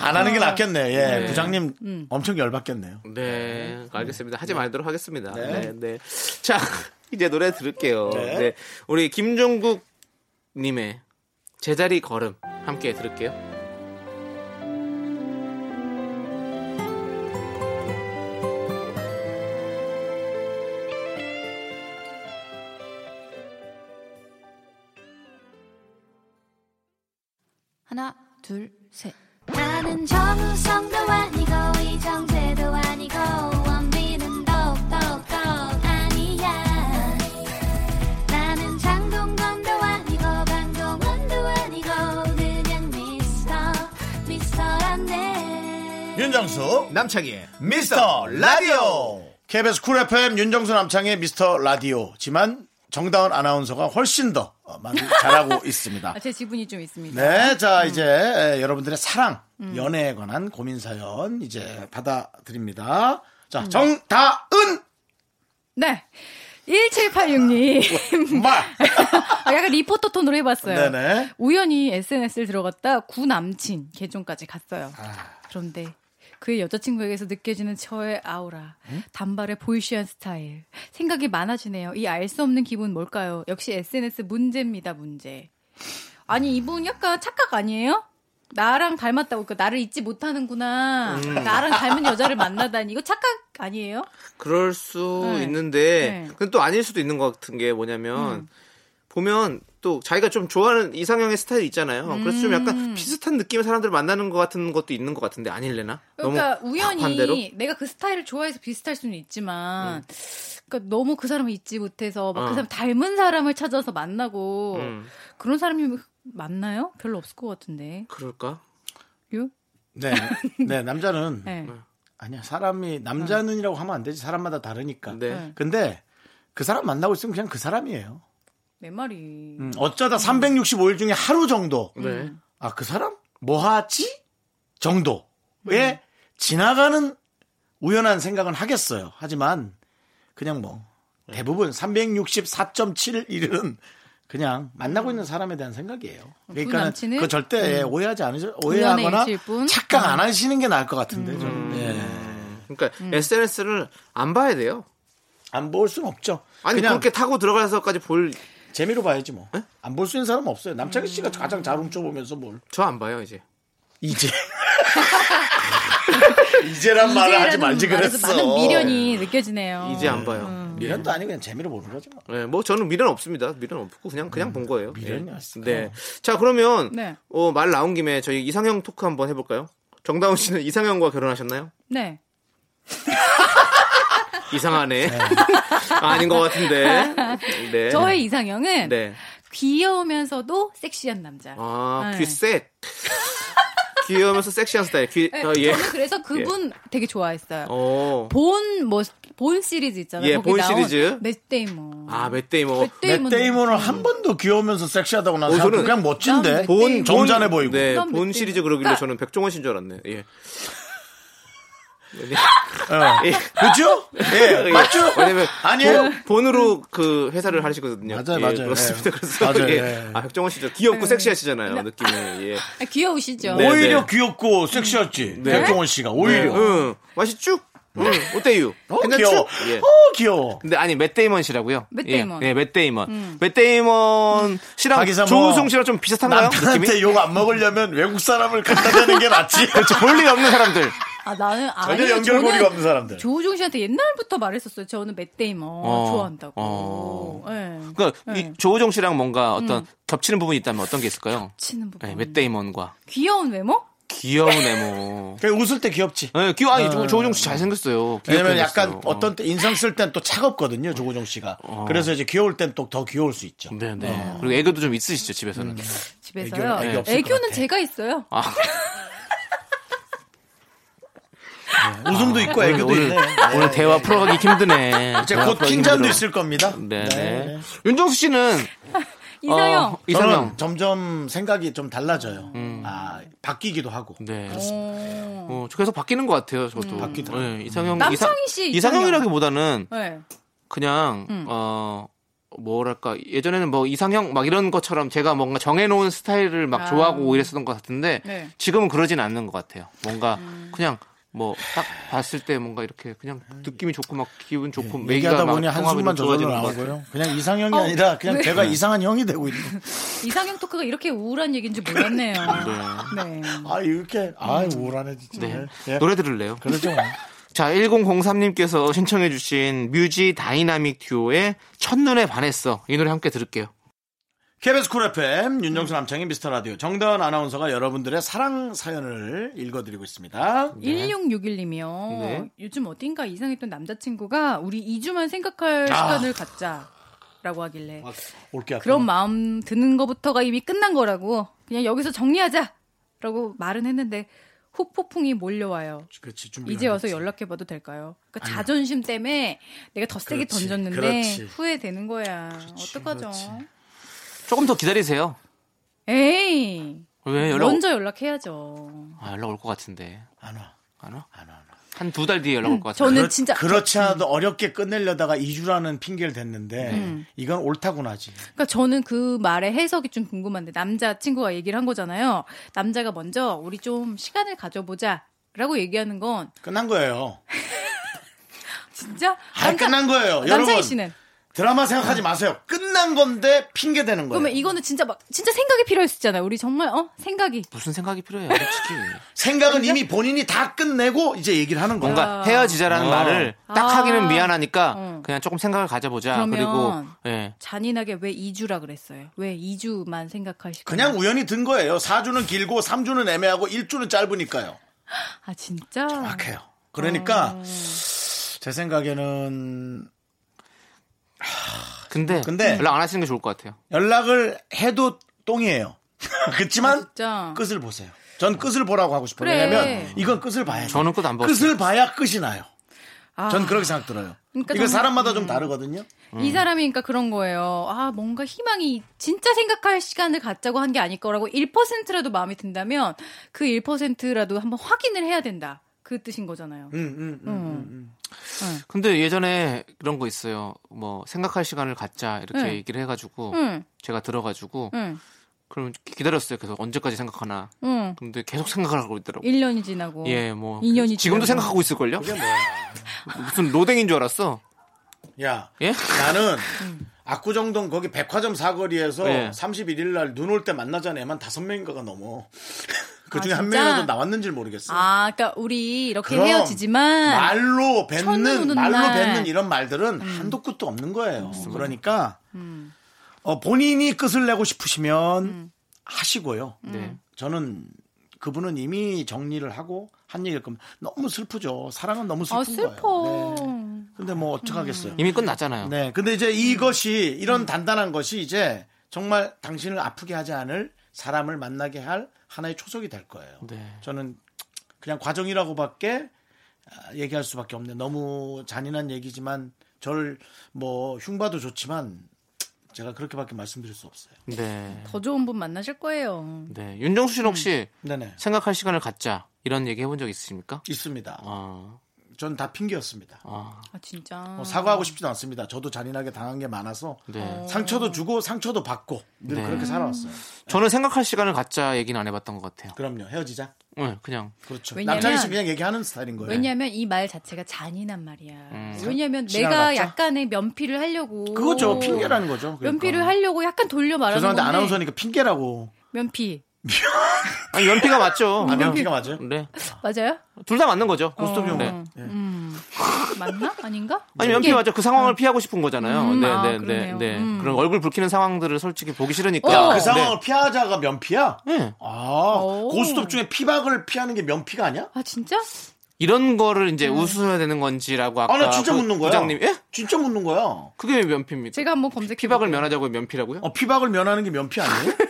Speaker 1: 안 하는 게 낫겠네. 예, 부장님 엄청 열받겠네요.
Speaker 2: 네, 알겠습니다. 하지 말도록 하겠습니다.
Speaker 1: 네.
Speaker 2: 네, 네. 자, 이제 노래 들을게요.
Speaker 1: 네.
Speaker 2: 네. 우리 김종국 님의 제자리 걸음 함께 들을게요.
Speaker 7: 하나 둘 셋.
Speaker 9: 나는 정우성도 아니고 이정재도 아니고 원빈은 더욱더 아니야 나는 장동건도 아니고 방종원도 아니고 그냥 미스터 미스터란데
Speaker 1: 윤정수
Speaker 8: 남창희의
Speaker 1: 미스터 라디오 KBS 쿨 FM 윤정수 남창의 미스터 라디오지만 정다운 아나운서가 훨씬 더 어, 많이 잘하고 있습니다.
Speaker 7: 아, 제 지분이 좀 있습니다.
Speaker 1: 네, 자 이제 에, 여러분들의 사랑, 연애에 관한 고민 사연 이제 받아드립니다. 자 정다은
Speaker 7: 네. 1786님.
Speaker 1: 말.
Speaker 7: 아, 약간 리포터 톤으로 해봤어요.
Speaker 1: 네네.
Speaker 7: 우연히 SNS를 들어갔다 구 남친 계정까지 갔어요.
Speaker 1: 아.
Speaker 7: 그런데 그의 여자친구에게서 느껴지는 저의 아우라, 단발의 보이시한 스타일, 생각이 많아지네요. 이 알 수 없는 기분 뭘까요? 역시 SNS 문제입니다, 문제. 아니 이분 약간 착각 아니에요? 나랑 닮았다고 그러니까 나를 잊지 못하는구나.
Speaker 1: 음.
Speaker 7: 나랑 닮은 여자를 만나다니 이거 착각 아니에요?
Speaker 2: 그럴 수
Speaker 7: 네.
Speaker 2: 있는데
Speaker 7: 네.
Speaker 2: 근데 또 아닐 수도 있는 것 같은 게 뭐냐면 보면 또 자기가 좀 좋아하는 이상형의 스타일 있잖아요. 그래서 좀 약간 비슷한 느낌의 사람들 만나는 것 같은 것도 있는 것 같은데 아닐래나?
Speaker 7: 그러니까
Speaker 2: 너무
Speaker 7: 우연히
Speaker 2: 반대로? 음.
Speaker 7: 내가 그 스타일을 좋아해서 비슷할 수는 있지만 그러니까 너무 그 사람을 잊지 못해서 막 그
Speaker 2: 어.
Speaker 7: 사람 닮은 사람을 찾아서 만나고
Speaker 2: 음.
Speaker 7: 그런 사람이 만나요? 별로 없을 것 같은데.
Speaker 2: 그럴까?
Speaker 7: 유?
Speaker 1: 네, 네 남자는
Speaker 7: 네.
Speaker 2: 음.
Speaker 1: 아니야 사람이 남자는이라고 하면 안 되지 사람마다 다르니까.
Speaker 2: 네.
Speaker 7: 네.
Speaker 1: 근데 그 사람 만나고 있으면 그냥 그 사람이에요.
Speaker 7: 내 말이.
Speaker 1: 음, 어쩌다 365일 중에 하루 정도
Speaker 2: 네.
Speaker 1: 아 그 사람 뭐하지 정도의 음. 지나가는 우연한 생각은 하겠어요. 하지만 그냥 뭐 대부분 364.71은 그냥 만나고 있는 사람에 대한 생각이에요. 음. 그러니까
Speaker 7: 남친은?
Speaker 1: 그 절대 오해하지 않으셔
Speaker 7: 우연의
Speaker 1: 오해하거나 음.
Speaker 7: 일치일 뿐?
Speaker 1: 착각 안 하시는 게 나을 것 같은데 저는 네.
Speaker 2: 그러니까 SNS를 안 봐야 돼요.
Speaker 1: 안볼 수는 없죠.
Speaker 2: 아니
Speaker 1: 그냥
Speaker 2: 그렇게 타고 들어가서까지 볼 저
Speaker 1: 재미로 봐야지 뭐. 안 볼 수 있는 사람은 없어요. 남창희 씨가 가장 잘 훔쳐보면서 뭘.
Speaker 2: 안 봐요 이제.
Speaker 1: 이제. 이제란 말을 하지
Speaker 7: 이제라는
Speaker 1: 말지
Speaker 7: 말에서
Speaker 1: 그랬어.
Speaker 7: 많은 미련이 느껴지네요.
Speaker 2: 이제 안 봐요.
Speaker 7: 음.
Speaker 1: 미련도 아니고 그냥 재미로 보는 거죠. 뭐.
Speaker 2: 네, 뭐 저는 미련 없습니다. 미련 없고 그냥 그냥 본 거예요.
Speaker 1: 음. 미련이
Speaker 2: 예.
Speaker 1: 없어요.
Speaker 2: 네. 자 그러면
Speaker 7: 네.
Speaker 2: 어, 말 나온 김에 저희 이상형 토크 한번 해볼까요? 정다운 씨는 이상형과 결혼하셨나요?
Speaker 7: 네.
Speaker 2: 이상하네. 아닌 것 같은데. 네.
Speaker 7: 저의 이상형은
Speaker 2: 네.
Speaker 7: 귀여우면서도 섹시한 남자.
Speaker 2: 아
Speaker 7: 네.
Speaker 2: 귀색. 귀여우면서 섹시한 스타일. 귀.
Speaker 7: 네,
Speaker 2: 어, 예.
Speaker 7: 저는 그래서 그분 되게 좋아했어요.
Speaker 2: 어.
Speaker 7: 본, 뭐, 본 시리즈 있잖아요.
Speaker 2: 예,
Speaker 7: 거기
Speaker 2: 본
Speaker 7: 나온
Speaker 2: 시리즈.
Speaker 7: 맷데이먼.
Speaker 2: 아 맷데이머.
Speaker 1: 맷 데이먼은 한 번도 귀여우면서 섹시하다고 나서
Speaker 2: 어, 저는
Speaker 1: 그냥 멋진데
Speaker 7: 난
Speaker 1: 본
Speaker 7: 맷데이먼.
Speaker 1: 정잔해 보이고
Speaker 2: 네,
Speaker 7: 그럼
Speaker 2: 본
Speaker 7: 맷데이머.
Speaker 2: 시리즈 그러길래 저는 백종원 씨인 줄 알았네. 예.
Speaker 1: 어.
Speaker 2: 예.
Speaker 1: 그죠? 예 맞죠?
Speaker 2: 왜냐면
Speaker 1: 아니에요?
Speaker 2: 본, 으로그 회사를 하시거든요.
Speaker 1: 맞아요,
Speaker 2: 예,
Speaker 1: 맞아요.
Speaker 2: 그렇습니다.
Speaker 1: 예.
Speaker 2: 그래서
Speaker 1: 맞아요,
Speaker 2: 이게
Speaker 1: 예.
Speaker 2: 아 백종원 씨죠.
Speaker 7: 음.
Speaker 2: 귀엽고 섹시하시잖아요. 느낌이. 예.
Speaker 7: 아, 귀여우시죠?
Speaker 2: 네.
Speaker 1: 오히려 귀엽고 섹시했지
Speaker 2: 네.
Speaker 1: 백종원 씨가 오히려
Speaker 2: 응. 맛이 쭉. 응. 어때요?
Speaker 1: 어
Speaker 2: 괜찮죠?
Speaker 1: 귀여워
Speaker 2: 예.
Speaker 1: 어 귀여워
Speaker 2: 근데 아니 맷데이먼 씨라고요?
Speaker 7: 맷데이먼. 음.
Speaker 2: 예, 예, 맷데이먼. 맷데이먼 씨랑
Speaker 1: 자기사 뭐
Speaker 2: 조우승 씨랑 좀 비슷한가요? 느낌이?
Speaker 1: 남편한테 욕 안 먹으려면 외국 사람을 갖다 대는 게 낫지
Speaker 2: 그렇죠. 볼일 없는 사람들.
Speaker 7: 아, 나는, 아니,
Speaker 1: 전혀 연결고리가
Speaker 7: 저는
Speaker 1: 없는 사람들
Speaker 7: 조우종 씨한테 옛날부터 말했었어요. 저는 맷데이먼
Speaker 2: 어,
Speaker 7: 좋아한다고.
Speaker 2: 어.
Speaker 7: 예.
Speaker 2: 그러니까
Speaker 7: 네.
Speaker 2: 이 조우종 씨랑 뭔가 어떤 겹치는 부분이 있다면 어떤 게 있을까요?
Speaker 1: 네,
Speaker 7: 치는 부분.
Speaker 2: 예, 맷데이먼과
Speaker 7: 귀여운 외모?
Speaker 2: 귀여운 애모.
Speaker 1: 그냥 웃을 때 귀엽지
Speaker 2: 예, 귀여 아니 조- 조우종 씨 잘생겼어요. 귀엽게
Speaker 1: 네. 왜냐면 약간
Speaker 2: 생겼어요. 어.
Speaker 1: 어. 떤때 인상 쓸 땐 또 차갑거든요 조고정 씨가 그래서 이제 귀여울 땐 또 더 귀여울 수 있죠
Speaker 2: 네, 네. 그리고 애교도 좀 있으시죠 집에서는.
Speaker 1: 음.
Speaker 7: 집에서요. 예,
Speaker 1: 애교, 애교 없을 것
Speaker 7: 애교는
Speaker 1: 같아.
Speaker 7: 제가 있어요.
Speaker 2: 아,
Speaker 1: 웃음도 있고
Speaker 2: 네. 아, 오늘,
Speaker 1: 애교도
Speaker 2: 오늘,
Speaker 1: 있네
Speaker 2: 오늘 대화 풀어가기 힘드네.
Speaker 1: 이제
Speaker 2: 대화
Speaker 1: 곧
Speaker 2: 풀어가기
Speaker 1: 킹잔도
Speaker 2: 힘들어.
Speaker 1: 있을 겁니다
Speaker 2: 네,
Speaker 1: 네,
Speaker 2: 네.
Speaker 1: 네.
Speaker 2: 윤정수 씨는
Speaker 7: 이상형.
Speaker 2: 어, 이상형.
Speaker 1: 저는
Speaker 2: 음.
Speaker 1: 점점 생각이 좀 달라져요 아 바뀌기도 하고
Speaker 2: 네. 어, 계속 바뀌는 것 같아요. 저도.
Speaker 1: 음. 바뀌더라고요.
Speaker 2: 네, 이상형.
Speaker 7: 음. 남창희 씨 음.
Speaker 2: 이상,
Speaker 7: 이상형.
Speaker 2: 이상형이라기보다는
Speaker 7: 네.
Speaker 2: 그냥 어 뭐랄까 예전에는 뭐 이상형 막 이런 것처럼 제가 뭔가 정해놓은 스타일을 막
Speaker 7: 아.
Speaker 2: 좋아하고 이랬었던 것 같은데
Speaker 7: 네.
Speaker 2: 지금은 그러진 않는 것 같아요. 뭔가
Speaker 7: 음.
Speaker 2: 그냥 뭐 딱 봤을 때 뭔가 이렇게 그냥 느낌이 좋고 막 기분 좋고
Speaker 1: 네. 예, 얘기하다
Speaker 2: 막
Speaker 1: 보니
Speaker 2: 통합이
Speaker 1: 한숨만 저절로
Speaker 2: 좀 좋아지는 것 같아요.
Speaker 1: 나오고요. 그냥 이상형이
Speaker 7: 어,
Speaker 1: 아니라 그냥
Speaker 7: 네.
Speaker 1: 제가 이상한 형이 되고 있는.
Speaker 7: 이상형 토크가 이렇게 우울한 얘기인지 몰랐네요. 네.
Speaker 1: 아 이렇게 아 우울하네 진짜.
Speaker 2: 네.
Speaker 1: 예.
Speaker 2: 노래 들을래요?
Speaker 1: 그러죠.
Speaker 2: 자, 1003님께서 신청해주신 뮤지 다이나믹 듀오의 첫눈에 반했어. 이 노래 함께 들을게요.
Speaker 1: KBS 쿨 FM 윤정수 남창희 미스터 라디오 정다은 아나운서가 여러분들의 사랑 사연을 읽어드리고 있습니다.
Speaker 7: 1661님이요.
Speaker 2: 네.
Speaker 7: 요즘 어딘가 이상했던 남자친구가 우리 2주만 생각할
Speaker 1: 아.
Speaker 7: 시간을 갖자. 라고 하길래.
Speaker 1: 올게
Speaker 7: 그런 마음 드는 거부터가 이미 끝난 거라고. 그냥 여기서 정리하자. 라고 말은 했는데 후폭풍이 몰려와요.
Speaker 1: 그렇지 준비.
Speaker 7: 이제 와서 연락해봐도 될까요? 그러니까 자존심 때문에 내가 더 세게
Speaker 1: 그렇지,
Speaker 7: 던졌는데
Speaker 1: 그렇지.
Speaker 7: 후회되는 거야. 어떡하죠?
Speaker 2: 조금 더 기다리세요.
Speaker 7: 에이.
Speaker 2: 왜 연락,
Speaker 7: 먼저 연락해야죠.
Speaker 2: 아, 연락 올 것 같은데.
Speaker 1: 안 와.
Speaker 2: 안 와?
Speaker 1: 안 와. 안 와.
Speaker 2: 한 두 달 뒤에 연락 올 것 같은데.
Speaker 7: 음, 저는 진짜
Speaker 1: 그렇지 않아도 어렵게 끝내려다가 2주라는 핑계를 댔는데
Speaker 7: 음.
Speaker 1: 이건 옳다고나 하지.
Speaker 7: 그러니까 저는 그 말의 해석이 좀 궁금한데 남자 친구가 얘기를 한 거잖아요. 남자가 먼저 우리 좀 시간을 가져보자라고 얘기하는 건
Speaker 1: 끝난 거예요.
Speaker 7: 진짜
Speaker 1: 아
Speaker 7: 남자-
Speaker 1: 끝난 거예요.
Speaker 7: 남창희
Speaker 1: 여러분
Speaker 7: 씨는
Speaker 1: 드라마 생각하지 마세요. 끝난 건데 핑계 대는 거예요.
Speaker 7: 그러면 이거는 진짜 막 진짜 생각이 필요할 수 있잖아요. 우리 정말 어 생각이
Speaker 2: 무슨 생각이 필요해요, 솔직히.
Speaker 1: 생각은 이미 본인이 다 끝내고 이제 얘기를 하는 거예요.
Speaker 2: 뭔가 헤어지자라는 말을 딱
Speaker 7: 아.
Speaker 2: 하기는 미안하니까
Speaker 7: 응.
Speaker 2: 그냥 조금 생각을 가져보자. 그리고
Speaker 7: 그러면
Speaker 2: 예.
Speaker 7: 잔인하게 왜 2주라 그랬어요? 왜 2주만 생각하시고
Speaker 1: 그냥 우연히 든 거예요. 4주는 길고 3주는 애매하고 1주는 짧으니까요.
Speaker 7: 아 진짜
Speaker 1: 막해요.
Speaker 7: 아.
Speaker 1: 그러니까 제 생각에는
Speaker 2: 근데,
Speaker 1: 근데-
Speaker 2: 연락 안 하시는 게 좋을 것 같아요.
Speaker 1: 연락을 해도 똥이에요. 그렇지만
Speaker 7: 진짜
Speaker 1: 끝을 보세요. 전 끝을 보라고 하고 싶어요.
Speaker 7: 어. 그래.
Speaker 1: 왜냐면 이건 끝을 봐야 돼요.
Speaker 2: 저는 끝안 봤어요.
Speaker 1: 끝을 봐야 끝이 나요.
Speaker 7: 아,
Speaker 1: 전 그렇게 생각 들어요.
Speaker 7: 그러니까
Speaker 1: 이거
Speaker 7: 저는-
Speaker 1: 사람마다 음. 좀 다르거든요.
Speaker 7: 이 사람이 그러니까 그런 거예요. 아 뭔가 희망이 진짜 생각할 시간을 갖자고 한 게 아닐 거라고 1%라도 마음이 든다면 그 1%라도 한번 확인을 해야 된다. 그 뜻인 거잖아요.
Speaker 1: 음, 음, 음, 음.
Speaker 2: 근데 예전에 그런 거 있어요. 뭐 생각할 시간을 갖자 이렇게
Speaker 7: 응.
Speaker 2: 얘기를 해가지고
Speaker 7: 응,
Speaker 2: 제가 들어가지고
Speaker 7: 응,
Speaker 2: 그럼 기다렸어요. 계속 언제까지 생각하나.
Speaker 7: 응.
Speaker 2: 근데 계속 생각을 하고 있더라고. 요
Speaker 7: 1년이 지나고
Speaker 2: 예, 뭐
Speaker 7: 어. 인연이
Speaker 2: 지금도
Speaker 7: 지나고.
Speaker 2: 생각하고 있을걸요? 무슨 로댕인 줄 알았어.
Speaker 1: 음. 야,
Speaker 2: 예?
Speaker 1: 나는 압구정동 거기 백화점 사거리에서
Speaker 2: 예.
Speaker 1: 31일 날 눈 올 때 만나자는 애만 다섯 명인가가 넘어. 그
Speaker 7: 아,
Speaker 1: 중에 한
Speaker 7: 진짜?
Speaker 1: 명이라도 나왔는지 모르겠어.
Speaker 7: 아, 그러니까 우리 이렇게
Speaker 1: 그럼
Speaker 7: 헤어지지만
Speaker 1: 말로
Speaker 7: 천둥
Speaker 1: 뱉는
Speaker 7: 우는 네. 음.
Speaker 1: 말로
Speaker 7: 날.
Speaker 1: 뱉는 이런 말들은 한도 끝도 없는 거예요. 그러니까
Speaker 7: 음.
Speaker 1: 어, 본인이 끝을 내고 싶으시면 하시고요.
Speaker 7: 음.
Speaker 2: 네.
Speaker 1: 저는 그분은 이미 정리를 하고 한 얘기일 겁니다. 너무 슬프죠. 사랑은 너무 슬픈
Speaker 7: 아 슬퍼. 음.
Speaker 1: 거예요. 네. 근데 뭐 어떡하겠어요.
Speaker 2: 이미 끝났잖아요.
Speaker 1: 네. 근데 이제 이것이 이런 단단한 것이 이제 정말 당신을 아프게 하지 않을 사람을 만나게 할 하나의 초석이 될 거예요.
Speaker 2: 네.
Speaker 1: 저는 그냥 과정이라고밖에 아, 얘기할 수밖에 없네. 너무 잔인한 얘기지만 저를 뭐 흉봐도 좋지만 제가 그렇게밖에 말씀드릴 수 없어요.
Speaker 2: 네.
Speaker 7: 더 좋은 분 만나실 거예요.
Speaker 2: 네. 윤정수 씨는 혹시
Speaker 1: 음. 네네.
Speaker 2: 생각할 시간을 갖자 이런 얘기 해본 적 있으십니까?
Speaker 1: 있습니다.
Speaker 2: 아,
Speaker 1: 전 다 핑계였습니다.
Speaker 2: 아,
Speaker 7: 아 진짜.
Speaker 1: 뭐 사과하고 싶지도 않습니다. 저도 잔인하게 당한 게 많아서
Speaker 2: 네.
Speaker 1: 상처도 주고 상처도 받고 늘
Speaker 2: 네.
Speaker 1: 그렇게 살아왔어요.
Speaker 2: 저는 생각할 시간을 갖자 얘기는 안 해봤던 것 같아요.
Speaker 1: 그럼요. 헤어지자.
Speaker 2: 네, 그냥
Speaker 1: 그렇죠.
Speaker 7: 왜냐면-
Speaker 1: 남창희 씨 그냥 얘기하는 스타일인 거예요.
Speaker 7: 왜냐하면 이 말 자체가 잔인한 말이야.
Speaker 2: 음.
Speaker 7: 왜냐하면
Speaker 1: 시간
Speaker 7: 내가
Speaker 1: 맞죠?
Speaker 7: 약간의 면피를 하려고.
Speaker 1: 그거죠. 핑계라는 거죠. 그러니까.
Speaker 7: 면피를 하려고 약간 돌려 말하는
Speaker 1: 죄송한데
Speaker 7: 건데
Speaker 1: 아나운서니까 핑계라고.
Speaker 7: 면피
Speaker 2: 아니, 연피가 맞죠.
Speaker 1: 아, 명피가 맞아요?
Speaker 2: 네.
Speaker 7: 맞아요? 음.
Speaker 2: 둘 다 맞는 거죠.
Speaker 1: 고스톱
Speaker 2: 네.
Speaker 1: 용어. 예.
Speaker 7: 맞나? 아닌가?
Speaker 2: 아니 연피 맞죠. 그 상황을 피하고 싶은 거잖아요.
Speaker 7: 음,
Speaker 2: 네,
Speaker 7: 아,
Speaker 2: 네, 네,
Speaker 7: 그러네요.
Speaker 2: 네.
Speaker 7: 음.
Speaker 2: 그런 얼굴 붉히는 상황들을 솔직히 보기 싫으니까.
Speaker 7: 야,
Speaker 1: 그
Speaker 7: 어.
Speaker 2: 네.
Speaker 1: 상황을 피하자가 면피야?
Speaker 2: 네.
Speaker 1: 아,
Speaker 7: 오.
Speaker 1: 고스톱 중에 피박을 피하는 게 면피가 아니야?
Speaker 7: 아 진짜?
Speaker 2: 이런 거를 이제
Speaker 7: 음.
Speaker 2: 웃으셔야 되는 건지라고 아까
Speaker 1: 아, 나 진짜
Speaker 2: 부-
Speaker 1: 묻는 거야.
Speaker 2: 부장님, 예?
Speaker 1: 진짜 묻는 거야.
Speaker 2: 그게 왜 면피입니까?
Speaker 7: 제가 한번 검색해.
Speaker 2: 피박을 면하자고 면피라고요?
Speaker 1: 어, 피박을 면하는 게 면피 아니에요?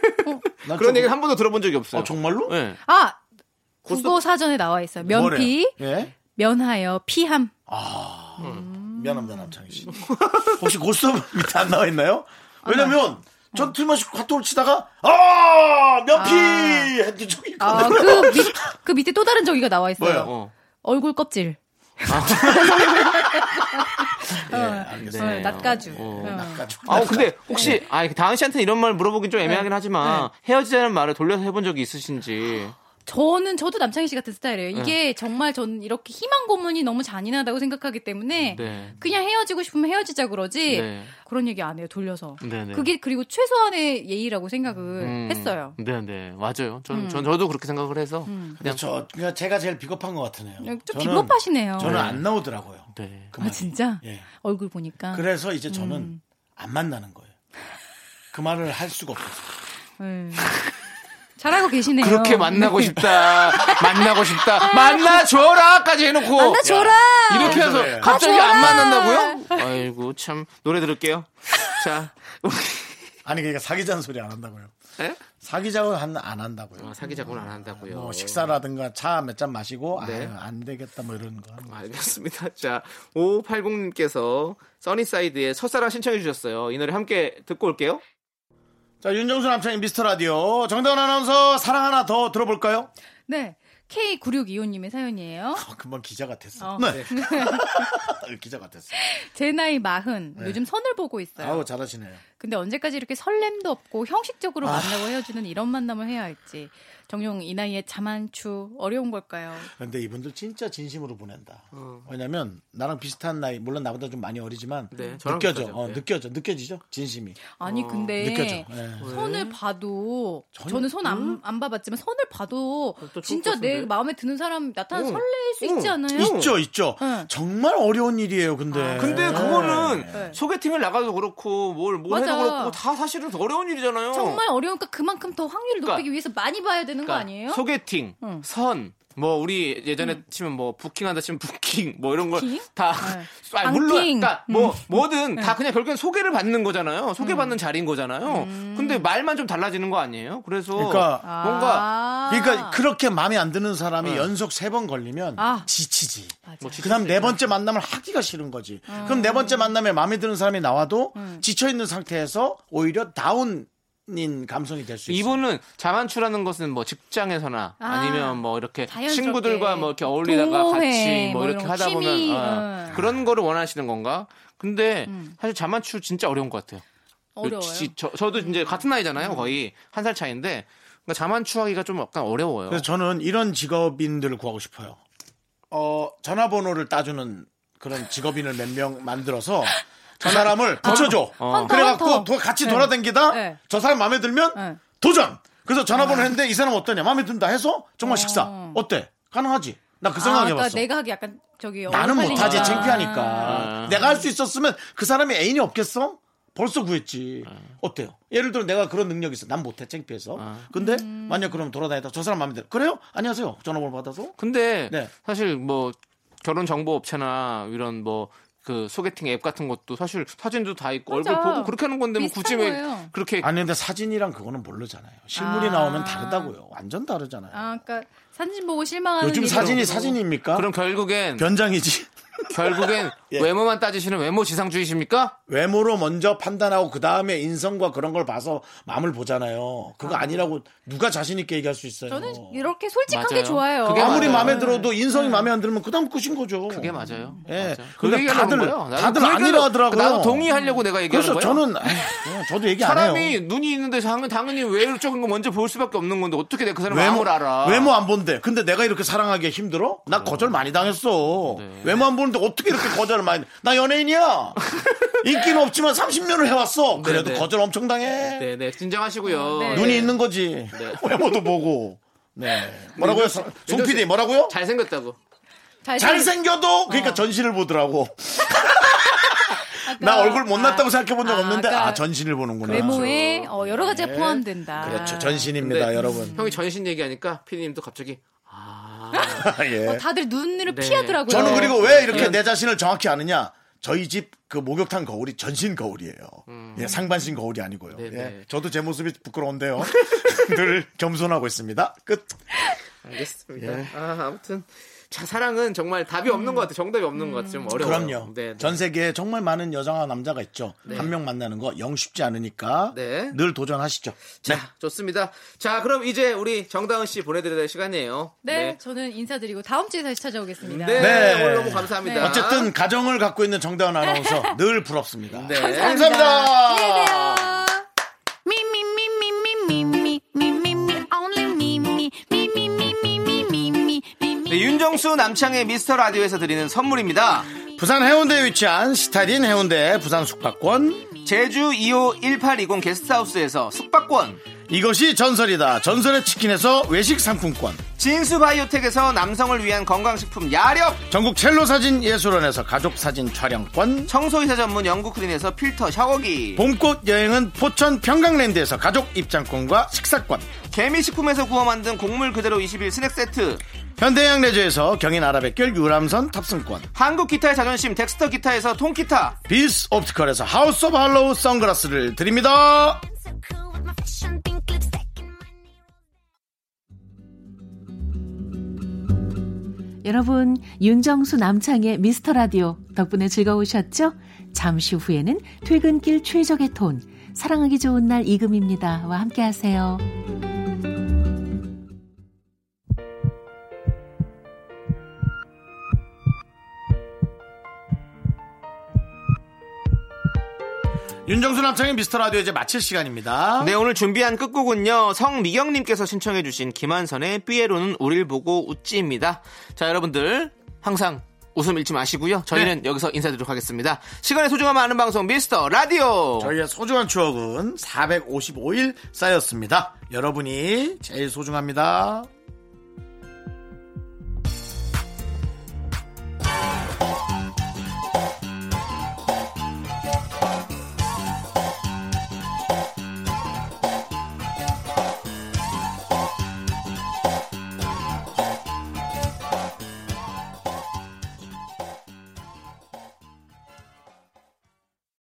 Speaker 1: 난
Speaker 2: 그런
Speaker 1: 좀-
Speaker 2: 얘기를 한 번도 들어본 적이 없어요.
Speaker 1: 어, 정말로?
Speaker 2: 예.
Speaker 7: 아
Speaker 2: 고스톱-
Speaker 7: 국어 사전에 나와 있어요.
Speaker 1: 뭐래요?
Speaker 7: 면피,
Speaker 1: 예?
Speaker 7: 면하여, 피함.
Speaker 1: 미안합니다, 남창희 씨. 혹시 고스톱 밑에 안 나와 있나요? 왜냐면, 전 틀림없이 카톡을 치다가, 아! 면피! 했더니 저기 있거든요.
Speaker 7: 아그 그 밑에 또 다른 저기가 나와
Speaker 1: 뭐예요? 아.
Speaker 7: 있어요.
Speaker 2: 어.
Speaker 7: 얼굴 껍질.
Speaker 1: 예, 알겠습니다.
Speaker 7: 어, 낯가주. 네.
Speaker 2: 어.
Speaker 7: 어.
Speaker 1: 낯가주.
Speaker 2: 아, 근데 혹시 아, 다은 씨한테 이런 말 물어보긴
Speaker 7: 네.
Speaker 2: 좀 애매하긴 하지만 헤어지자는 말을 돌려서 해본 적이 있으신지.
Speaker 7: 저는 저도 남창희 씨 같은 스타일이에요. 이게 정말 전 이렇게 희망 고문이 너무 잔인하다고 생각하기 때문에
Speaker 2: 네.
Speaker 7: 그냥 헤어지고 싶으면 헤어지자 그러지
Speaker 2: 네.
Speaker 7: 그런 얘기 안 해요. 돌려서.
Speaker 2: 네, 네.
Speaker 7: 그게 그리고 최소한의 예의라고 생각을 했어요.
Speaker 2: 네, 네. 맞아요.
Speaker 7: 음.
Speaker 2: 전, 전 저도 그렇게 생각을 해서 그냥
Speaker 1: 그렇죠. 그러니까 제가 제일 비겁한 것 같으네요.
Speaker 7: 좀
Speaker 1: 저는-
Speaker 7: 비겁하시네요.
Speaker 1: 저는 안 나오더라고요.
Speaker 2: 네.
Speaker 1: 그
Speaker 7: 아
Speaker 1: 말이.
Speaker 7: 진짜 음.
Speaker 1: 예.
Speaker 7: 얼굴 보니까
Speaker 1: 그래서 이제 저는 안 만나는 거예요. 그 말을 할 수가 없어요.
Speaker 7: 음. 잘하고 계시네요.
Speaker 2: 그렇게 만나고 싶다. 만나고 싶다. 만나줘라까지 해놓고.
Speaker 7: 만나줘라.
Speaker 2: 이렇게
Speaker 1: 그래.
Speaker 2: 해서 갑자기 안
Speaker 7: 가져라.
Speaker 2: 만난다고요? 아이고 참 노래 들을게요. 자
Speaker 1: 아니 그러니까 사귀자는 소리 안 한다고요.
Speaker 2: 에?
Speaker 1: 사귀자고 한, 안 한다고요.
Speaker 2: 네? 어, 사귀자고는 안 한다고요.
Speaker 1: 뭐 식사라든가 차 몇 잔 마시고
Speaker 2: 네.
Speaker 1: 아유, 안 되겠다 뭐 이런 거. 하는 거.
Speaker 2: 음, 알겠습니다. 자 5580님께서 써니사이드의 첫사랑 신청해 주셨어요. 이 노래 함께 듣고 올게요.
Speaker 1: 자 윤정수 남창의 미스터 라디오 정다운 아나운서 사랑 하나 더 들어볼까요?
Speaker 7: 네. K9625님의 사연이에요.
Speaker 1: 어, 금방 기자 같았어.
Speaker 7: 어.
Speaker 1: 네. 기자 같았어.
Speaker 7: 제 나이 마흔. 요즘 선을 보고 있어요.
Speaker 1: 네.
Speaker 8: 네.
Speaker 1: 아우 잘하시네요.
Speaker 7: 근데 언제까지 이렇게 설렘도 없고 형식적으로 만나고 헤어지는 이런 만남을 해야 할지 정용 이 나이에 자만추 어려운 걸까요?
Speaker 1: 근데 이분들 진짜 진심으로 보낸다. 왜냐면 나랑 비슷한 나이, 물론 나보다 좀 많이 어리지만
Speaker 8: 어. 네, 저랑
Speaker 1: 느껴져,
Speaker 8: 비슷하죠.
Speaker 1: 어,
Speaker 8: 네.
Speaker 1: 느껴져, 느껴지죠, 진심이
Speaker 7: 아니 근데
Speaker 1: 어, 느껴져. 예.
Speaker 8: 어,
Speaker 7: 손을 봐도
Speaker 1: 전혀- 음? 어,
Speaker 7: 저는 손 안 안 봐봤지만 손을 봐도
Speaker 8: 또 좋을
Speaker 7: 진짜
Speaker 8: 것
Speaker 7: 내
Speaker 8: 같은데?
Speaker 7: 마음에 드는 사람 나타나
Speaker 8: 어.
Speaker 7: 설레일 수
Speaker 8: 어.
Speaker 7: 있지 않아요?
Speaker 1: 있죠, 있죠.
Speaker 7: 네.
Speaker 1: 정말 어려운 일이에요, 근데.
Speaker 8: 아, 근데 그거는
Speaker 2: 음,
Speaker 7: 네.
Speaker 8: 소개팅을 나가도 그렇고 뭘 뭘 해도
Speaker 7: 맞아.
Speaker 8: 그렇고 다 사실은 더 어려운 일이잖아요.
Speaker 7: 정말 어려우니까 그만큼 더 확률을
Speaker 2: 그러니까-
Speaker 7: 높이기 위해서 많이 봐야 되는
Speaker 1: 그러니까
Speaker 7: 거 아니에요?
Speaker 2: 소개팅,
Speaker 7: 응.
Speaker 2: 선, 뭐 우리 예전에 치면 뭐 부킹한다 치면 부킹 뭐 이런
Speaker 7: 부킹?
Speaker 2: 걸 다
Speaker 7: 네.
Speaker 2: 물론
Speaker 7: 방팅.
Speaker 2: 그러니까 뭐 뭐든 다 그냥 결국엔 소개를 받는 거잖아요.
Speaker 7: 음.
Speaker 2: 소개받는 자리인 거잖아요. 근데 말만 좀 달라지는 거 아니에요? 그래서
Speaker 1: 그러니까-
Speaker 2: 뭔가
Speaker 7: 아.
Speaker 1: 그러니까 그렇게 마음에 안 드는 사람이 연속 세 번 걸리면
Speaker 7: 아.
Speaker 1: 네. 지치지.
Speaker 7: 맞아.
Speaker 1: 그다음 네 번째 만남을 하기가 싫은 거지.
Speaker 7: 아.
Speaker 1: 그럼 네 번째 만남에 마음에 드는 사람이 나와도
Speaker 7: 음.
Speaker 1: 지쳐 있는 상태에서 오히려 다운인 감성이 될 수 있어.
Speaker 2: 이분은 자만추라는 것은 뭐 직장에서나
Speaker 7: 아,
Speaker 2: 아, 니면뭐 이렇게
Speaker 7: 자연스럽게.
Speaker 2: 친구들과 뭐 이렇게 어울리다가
Speaker 7: 동호회,
Speaker 2: 같이
Speaker 7: 뭐
Speaker 2: 뭐 이렇게
Speaker 7: 이런
Speaker 2: 하다
Speaker 7: 취미, 네.
Speaker 2: 보면 아,
Speaker 7: 응.
Speaker 2: 그런 거를 원하시는 건가? 근데
Speaker 7: 음.
Speaker 2: 사실 자만추 진짜 어려운 것 같아요.
Speaker 7: 어려워요.
Speaker 2: 그
Speaker 7: 음.
Speaker 2: 지- 저, 저도 이제 같은 나이잖아요. 거의 한 살 차이인데 그러니까 자만추하기가 좀 약간 어려워요.
Speaker 1: 그래서 저는 이런 직업인들을 구하고 싶어요. 어, 전화번호를 따주는 그런 직업인을 몇 명 만들어서 저 사람을 붙여줘.
Speaker 7: 아. 헌터, 헌터.
Speaker 1: 그래갖고 도- 같이 돌아다니다
Speaker 7: 네.
Speaker 1: 저 사람 마음에 들면
Speaker 7: 네.
Speaker 1: 도전! 그래서
Speaker 7: 아.
Speaker 1: 전화번호 했는데 이 사람 어떠냐? 마음에 든다 해서 정말 식사. 어때? 가능하지? 나 그 생각
Speaker 7: 아,
Speaker 1: 해봤어.
Speaker 7: 그러니까 내가 하기 약간 저기
Speaker 1: 나는
Speaker 7: 어려운
Speaker 1: 못하지
Speaker 7: 일이니까.
Speaker 1: 창피하니까
Speaker 7: 아.
Speaker 1: 내가 할 수 있었으면 그 사람이 애인이 없겠어? 벌써 구했지
Speaker 7: 아.
Speaker 1: 어때요? 예를 들어 내가 그런 능력이 있어 난 못해 창피해서
Speaker 7: 아.
Speaker 1: 근데
Speaker 7: 음.
Speaker 1: 만약 그럼 돌아다니다 저 사람 마음에 들어 그래요? 안녕하세요 전화번호 받아서
Speaker 2: 근데
Speaker 1: 네.
Speaker 2: 사실 뭐 결혼 정보 업체나 이런 뭐 그 소개팅 앱 같은 것도 사실 사진도 다 있고
Speaker 7: 맞아.
Speaker 2: 얼굴 보고 그렇게 하는 건데 뭐
Speaker 7: 비슷한
Speaker 2: 굳이 왜
Speaker 7: 거예요.
Speaker 2: 그렇게
Speaker 1: 아니 근데 사진이랑 그거는 모르잖아요 실물이
Speaker 7: 아.
Speaker 1: 나오면 다르다고요 완전 다르잖아요
Speaker 7: 아, 그러니까 사진 보고 실망하는
Speaker 1: 요즘
Speaker 7: 일이
Speaker 1: 사진이
Speaker 7: 없고.
Speaker 1: 사진입니까?
Speaker 2: 그럼 결국엔
Speaker 1: 변장이지
Speaker 2: 결국엔
Speaker 1: 아. 예.
Speaker 2: 외모만 따지시는 외모 지상주의십니까?
Speaker 1: 외모로 먼저 판단하고 그 다음에 인성과 그런 걸 봐서 마음을 보잖아요 그거 아니라고
Speaker 2: 네.
Speaker 1: 누가 자신 있게 얘기할 수 있어요
Speaker 7: 저는 이렇게 솔직한 게
Speaker 2: 맞아요.
Speaker 7: 좋아요.
Speaker 2: 그게
Speaker 1: 아무리
Speaker 2: 맞아요. 네.
Speaker 1: 마음에 들어도 인성이 마음에 안 들면 그다음 끝인 거죠.
Speaker 2: 그게 맞아요.
Speaker 1: 예.
Speaker 2: 맞아. 그
Speaker 1: 근데
Speaker 2: 얘기하는
Speaker 1: 다들-
Speaker 2: 거예요. 나는
Speaker 1: 다들
Speaker 2: 그 얘기를-
Speaker 1: 아니라 하더라고요.
Speaker 2: 나도 동의하려고 내가
Speaker 1: 그래서
Speaker 2: 얘기하는 거예요.
Speaker 1: 저는 에이, 저도 얘기 안 해요.
Speaker 2: 사람이 눈이 있는데 당연- 당연히 외적인 거 먼저 볼 수밖에 없는 건데 어떻게 내가 그 사람 외모를 알아?
Speaker 1: 외모 안 본대. 근데 내가 이렇게 사랑하기 힘들어? 나 거절 많이 당했어.
Speaker 2: 네.
Speaker 1: 외모 안 보는데 어떻게 이렇게 거절을 많이? 나 연예인이야. 인기는 없지만 30년을 해왔어. 그래도
Speaker 2: 네.
Speaker 1: 거절 엄청 당해.
Speaker 2: 네네 진정하시고요.
Speaker 7: 네.
Speaker 1: 눈이 있는 거지.
Speaker 2: 네.
Speaker 1: 외모도 보고. 네. 뭐라고요? 송 PD 뭐라고요?
Speaker 2: 잘생겼다고.
Speaker 7: 잘 어.
Speaker 1: 잘생겨도 그러니까 전신을 보더라고. 나 얼굴 못났다고 생각해 본 적
Speaker 7: 아,
Speaker 1: 없는데 아,
Speaker 7: 아까
Speaker 1: 전신을 보는구나.
Speaker 7: 외모에 어, 여러 가지가
Speaker 2: 아.
Speaker 7: 포함된다.
Speaker 1: 네. 그렇죠. 전신입니다,
Speaker 2: 네.
Speaker 1: 여러분.
Speaker 2: 형이 전신 얘기하니까 피디님도 갑자기 아
Speaker 1: 예.
Speaker 7: 어, 다들 눈으로
Speaker 2: 네.
Speaker 7: 피하더라고요. 예.
Speaker 1: 저는 그리고 왜 이렇게 내 자신을 정확히 아느냐? 저희 집 그 목욕탕 거울이 전신 거울이에요. 예, 상반신 거울이 아니고요.
Speaker 2: 음. 네,
Speaker 1: 예,
Speaker 2: 네.
Speaker 1: 저도 제 모습이 부끄러운데요. 늘 겸손하고 있습니다. 끝.
Speaker 2: 알겠습니다.
Speaker 1: 예.
Speaker 2: 아, 아무튼 자 사랑은 정말 답이 없는 것 같아. 요 정답이 없는 것 같아. 요좀 어려워요.
Speaker 1: 그럼요.
Speaker 2: 네, 네.
Speaker 1: 전 세계에 정말 많은 여자와 남자가 있죠. 한 명 만나는 거 영 쉽지 않으니까
Speaker 2: 네.
Speaker 1: 늘 도전하시죠. 네.
Speaker 2: 자 좋습니다. 자 그럼 이제 우리 정다은 씨 보내드려야 될 시간이에요.
Speaker 7: 네, 저는 인사드리고 다음 주에 다시 찾아오겠습니다.
Speaker 2: 네,
Speaker 1: 네.
Speaker 2: 오늘 너무 감사합니다.
Speaker 7: 네.
Speaker 1: 어쨌든 가정을 갖고 있는 정다은 아나운서 늘 부럽습니다.
Speaker 2: 네.
Speaker 1: 감사합니다.
Speaker 9: Me, me, me, me, me, me, me, me, me, me, only me, me, me, me, me, me, me, me, me, me, me.
Speaker 8: 네, 윤정수 남창의 미스터 라디오에서 드리는 선물입니다.
Speaker 1: 부산 해운대에 위치한 스타딘 해운대 부산 숙박권
Speaker 8: 제주 2호 1820 게스트하우스에서 숙박권,
Speaker 1: 이것이 전설이다. 전설의 치킨에서 외식 상품권
Speaker 8: 진수 바이오텍에서 남성을 위한 건강식품 야력,
Speaker 1: 전국 첼로 사진 예술원에서 가족 사진 촬영권
Speaker 8: 청소이사 전문 영국 크린에서 필터 샤워기,
Speaker 1: 봄꽃 여행은 포천 평강랜드에서 가족 입장권과 식사권
Speaker 8: 개미식품에서 구워 만든 곡물 그대로 21 스낵 세트,
Speaker 1: 현대양 레저에서 경인 아라뱃길 유람선 탑승권
Speaker 8: 한국 기타의 자존심 덱스터 기타에서 통기타,
Speaker 1: 비스 옵티컬에서 하우스 오브 할로우 선글라스를 드립니다.
Speaker 9: So cool with my fashion, pink lipstick and my
Speaker 10: 여러분, 윤정수 남창의 미스터 라디오 덕분에 즐거우셨죠? 잠시 후에는 퇴근길 최적의 톤, 사랑하기 좋은 날 이금입니다. 와 함께 하세요.
Speaker 1: 윤정수 남창의 미스터 라디오 이제 마칠 시간입니다.
Speaker 2: 네, 오늘 준비한 끝곡은요. 성미경님께서 신청해주신 김한선의 삐에로는 우릴 보고 웃지입니다. 자, 여러분들. 항상 웃음 잃지 마시고요. 저희는
Speaker 1: 네.
Speaker 2: 여기서 인사드리도록 하겠습니다. 시간의 소중함 아는 방송 미스터 라디오.
Speaker 1: 저희의 소중한 추억은 455일 쌓였습니다. 여러분이 제일 소중합니다.